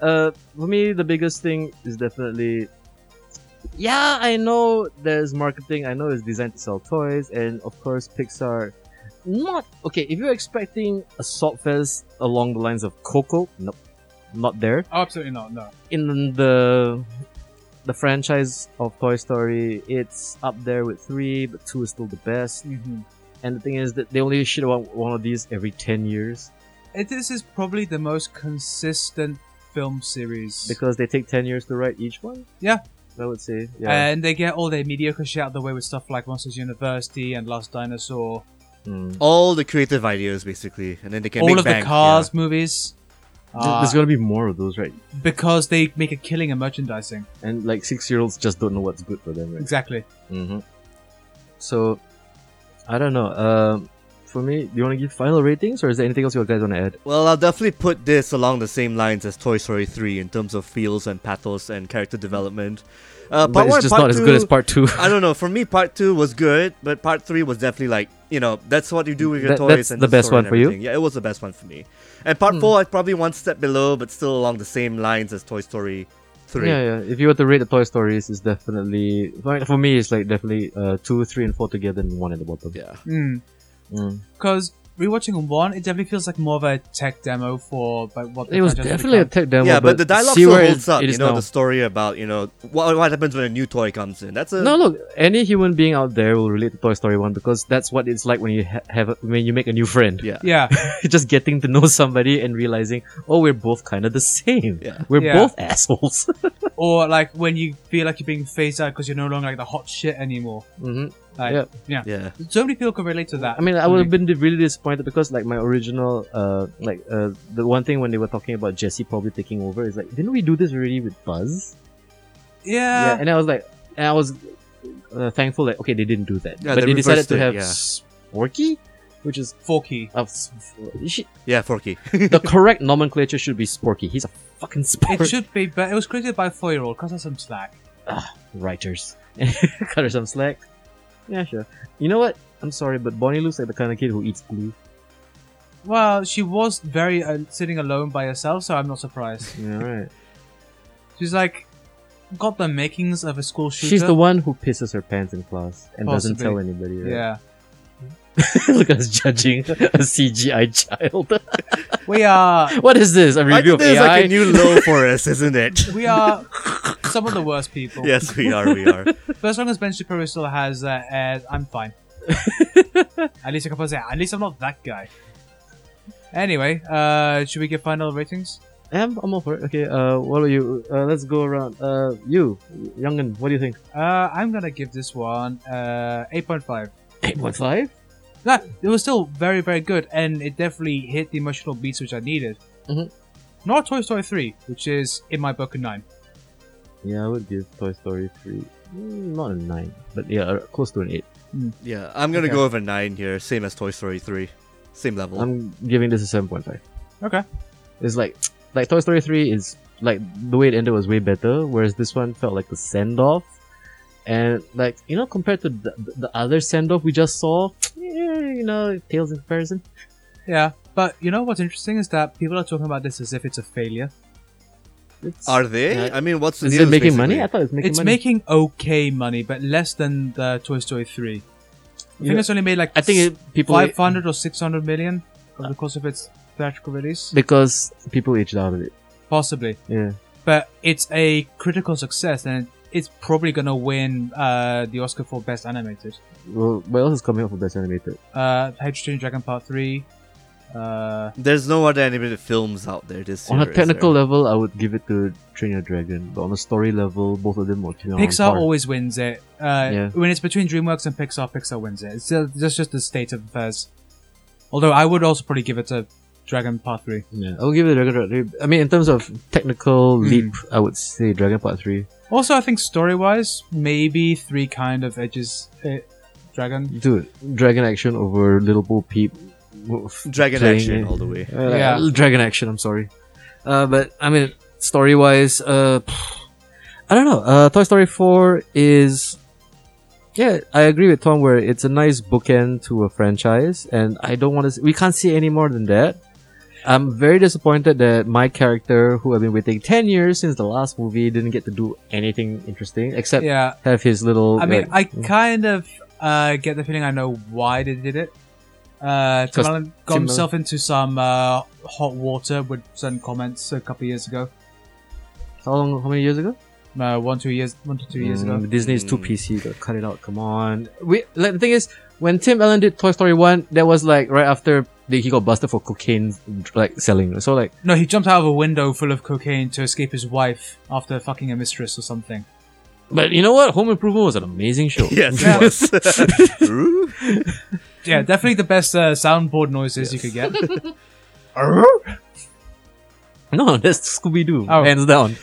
uh, for me the biggest thing is definitely, yeah, I know there's marketing. I know it's designed to sell toys, and of course Pixar. Not okay. If you're expecting a salt fest along the lines of Coco, nope, not there.
Oh, absolutely not. No.
In the the franchise of Toy Story, it's up there with three, but two is still the best.
hmm
And the thing is that they only shit about one of these every ten years.
It, Uh, this is probably the most consistent film series
Because they take 10 years to write each one?
Yeah.
I would say.
Uh,
Yeah.
and they get all their mediocre shit out of the way with stuff like Monsters University and Last Dinosaur,
Mm.
All the creative ideas, basically, and then they can
all
make
of the
bank, yeah.
Cars movies,
Th-
uh,
There's gonna be more of those, right?
because they make a killing in merchandising.
And like six year olds just don't know what's good for them, right?
Exactly.
Mm-hmm. So, I don't know. Um, for me, do you want to give final ratings or is there anything else you guys want to add?
Well, I'll definitely put this along the same lines as Toy Story 3 in terms of feels and pathos and character development. Uh,
but
part
it's
one,
just
part
not as good as
two-
part two.
I don't know. For me, part two was good, but part three was definitely like you know that's what you do with your
That-
toys.
that's
and
the best
story
one
and
for you? Hmm.
everything. Yeah, it was the best one for me. And part four, I probably one step below, but still along the same lines as Toy Story three.
Yeah, yeah. If you were to rate the Toy Stories, it's definitely for for me. It's like definitely uh, two, three, and four together, and one at the bottom.
Yeah.
Mm.
Mm.
Because rewatching one, it definitely feels like more of a tech demo for like what the
It was
franchise has
definitely a
become.
tech demo.
yeah, but the dialogue
see
still
where
holds
it,
up.
it
You
is
know
now.
the story about you know what, what happens when a new toy comes in. That's a
No, look, any human being out there will relate to Toy Story One because that's what it's like when you ha- have a, when you make a new friend.
yeah.
yeah.
Just getting to know somebody and realizing, oh, we're both kind of the same.
Yeah.
We're
Yeah.
both assholes.
or like when you feel like you're being phased out because you're no longer like the hot shit anymore.
hmm
Like,
Yeah.
Yeah,
so many people can relate to that.
I mean, I would have been really disappointed because, like, my original, uh, like, uh, the one thing when they were talking about Jesse probably taking over is like, didn't we do this already with Buzz?
yeah,
and I was like, and I was uh, thankful that okay, they didn't do that,
Yeah,
but
they
they, decided
reversed
to
it,
have
yeah.
Sporky, which is
Forky.
uh, s- f- she-
yeah, Forky.
the correct nomenclature should be Sporky. He's a fucking
It
sporky.
should be, but it was created by a four-year-old. Cause that's some slack.
writers. Cut her some slack. Yeah, sure. You know what? I'm sorry, but Bonnie looks like the kind of kid who eats glue.
Well, she was very uh, sitting alone by herself, so I'm not surprised.
Yeah, right.
She's like got the makings of a school shooter.
She's the one who pisses her pants in class and doesn't
Possibly.
tell anybody. Right?
Yeah,
Look at us judging a CGI child.
we are
what is this? A
I
review
think
of
there's
AI?
like a new low for us, isn't it?
we are some of the worst people.
yes, we are. We are.
First one is Ben Shapiro still has uh, uh, I'm fine. at least I can put it. At least I'm not that guy. Anyway, uh, should we get final ratings?
I'm, I'm all for it. Okay, uh, what are you? Uh, let's go around. Uh, you, Youngin, what do you think?
Uh, I'm gonna give this one uh, 8.5.
8.5?
No, it was still very, very good, and it definitely hit the emotional beats which I needed.
Mhm.
Not Toy Story 3, which is in my book a 9.
Yeah, I would give Toy Story 3, mm, not a 9, but yeah, uh, close to an 8.
Yeah, I'm gonna
Okay.
go with a nine here, same as Toy Story three, same level.
I'm giving this a 7.5.
Okay.
It's like like Toy Story 3 is like the way it ended was way better, whereas this one felt like the send off. And like you know, compared to the, the other send off we just saw, yeah, you know, tails in comparison.
Yeah, but you know what's interesting is that people are talking about this as if it's a failure.
It's,
are they?
Yeah.
I mean, what's the
is
news,
it making money? I
basically?
thought it was making
it's
money.
making okay money, but less than the Toy Story 3. I think
Yeah.
it's only made like
I think it, people
500 or 600 million over the course of its theatrical release?
because people aged out of it.
Possibly.
Yeah,
But it's a critical success and it's probably going to win uh, the Oscar for Best Animated.
well, what else is coming up for best animated?
Uh, Hydrogen Dragon Part 3. Uh,
There's no other animated films out there this
on
year.
a
is
technical
there?
level, I would give it to Train Your Dragon, but on a story level, both of them were killing
Pixar always wins it. Uh,
Yeah.
When it's between DreamWorks and Pixar, Pixar wins it. It's still, that's just the state of affairs. Although I would also probably give it to Dragon Part 3.
Yeah, I'll give it Dragon Part 3. I mean, in terms of technical
Hmm.
leap, I would say Dragon Part 3.
Also, I think story wise, maybe 3 kind of edges uh, Dragon.
Dude, Dragon Action over Little Bo Peep. Oof.
Dragon
playing
action
it.
all the way.
Uh,
Yeah.
Dragon Action, I'm sorry. Uh, but, I mean, story wise, uh, I don't know. Uh, Toy Story 4 is. Yeah, I agree with Tom where it's a nice bookend to a franchise, and I don't want to. We can't see any more than that. I'm very disappointed that my character, who I've been waiting 10 years since the last movie, didn't get to do anything interesting except
Yeah.
have his little.
I mean,
like-
I kind of uh, get the feeling I know why they did it. Uh, Tim
'Cause
Allen got
Tim
himself into some uh, hot water with certain comments a couple of years ago.
How long? How many years ago?
No, one, two years, one to two years
Mm,
ago. Hmm.
Disney is too
Mm.
PC. Gotta cut it out. Come on. We like the thing is when Tim Allen did Toy Story One, that was like right after they, he got busted for cocaine like selling. So like
No, he jumped out of a window full of cocaine to escape his wife after fucking a mistress or something.
But you know what? Home Improvement was an amazing show.
Yes,
Yeah.
it was. Ooh.
Yeah, definitely the best uh, soundboard noises you could get.
No, that's Scooby Doo.
Oh.
Hands down.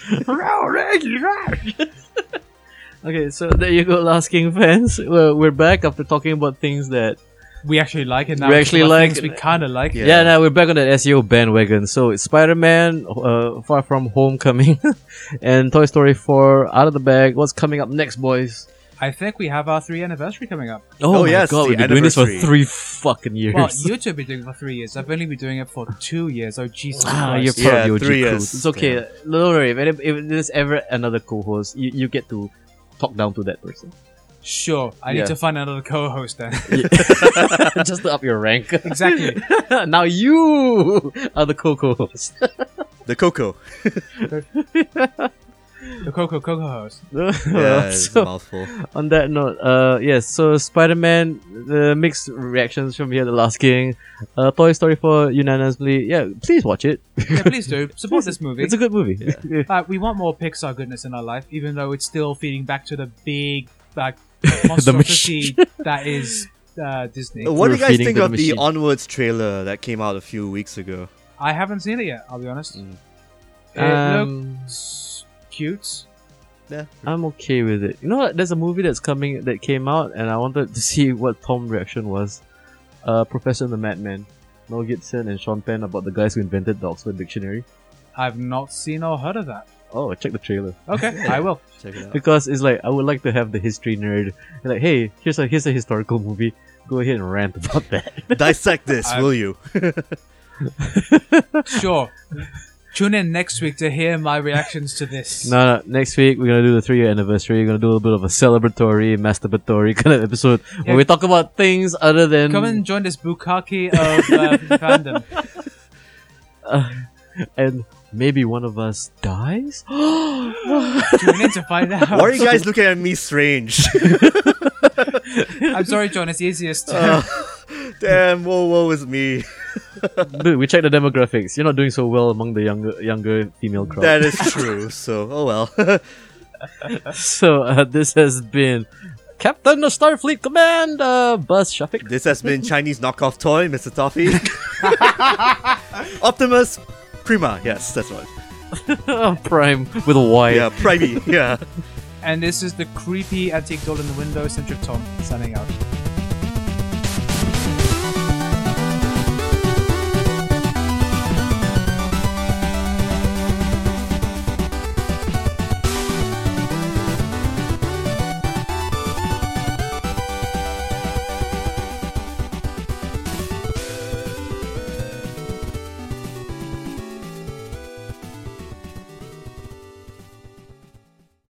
okay, so there you go, Last King fans. We're, we're back after talking about things that.
we actually like it now.
We actually
Well,
like
things
it.
We kind of like
Yeah.
it.
Yeah, now we're back on that SEO bandwagon. So it's Spider Man, uh, Far From Homecoming, and Toy Story 4 out of the bag. What's coming up next, boys?
I think we have our three anniversary coming up.
Oh,
Oh,
my
yes,
god,
the
we've been doing this for
anniversary.
three fucking years.
Well, you two have been doing it for three years. I've only been doing it for two years. Oh, Jesus.
Ah,
Christ.
you're
Yeah,
proud of your
three
G crew.
years.
It's okay.
Yeah.
Don't worry. If, any, if there's ever another co-host, you, you get to talk down to that person.
Sure, I need
Yeah.
to find another co-host then.
Just to up your rank.
exactly.
now you are the co-host.
The Coco.
The Coco co-host.
Yeah, it's a
Oh, so
mouthful.
on that note, uh, yes. So Spider-Man, the mixed reactions from here. The Last King, uh, Toy Story 4 unanimously. Yeah, please watch it.
Yeah, please do support this movie.
It's a good movie.
Uh, we want more Pixar goodness in our life, even though it's still feeding back to the big like monstrosity that is uh, Disney.
Oh.
What do you guys
feeding
think
to the
of the
machine.
Onwards trailer that came out a few weeks ago?
I haven't seen it yet. I'll be honest.
Mm.
It
Um,
looks cute.
Yeah.
I'm okay with it. You know what? There's a movie that's coming that came out, and I wanted to see what Tom's reaction was. Uh, Professor and the Madman, Mel Gibson and Sean Penn about the guys who invented the Oxford Dictionary.
I've not seen or heard of that.
Oh, check the trailer
Okay, I will.
Check it out.
because it's like I would like to have the history nerd. Like, hey, here's a here's a historical movie. Go ahead and rant about that.
Dissect this,
I-
will you?
Sure. Tune in next week to hear my reactions to this.
No, no, next week we're gonna do the three year anniversary. We're gonna do a little bit of a celebratory, masturbatory kind of episode
Yeah.
where we talk about things other than
Come and join this bukkake of uh, fandom.
and maybe one of us dies.
Tune in to find out.
Why are you guys looking at me strange?
I'm sorry, John. It's easiest.
Damn, whoa, whoa, is me.
Dude, we check the demographics. You're not doing so well among the younger younger female crowd.
That is true. So, oh well.
so uh, this has been Captain of Starfleet Command, uh, Buzz Shafiq.
this has been Chinese knockoff toy, Mr. Toffee. Optimus Prima. Yes, that's right.
Prime with a Y.
Yeah, Prime. Yeah.
and this is the creepy antique doll in the window, Centric Tom, signing out.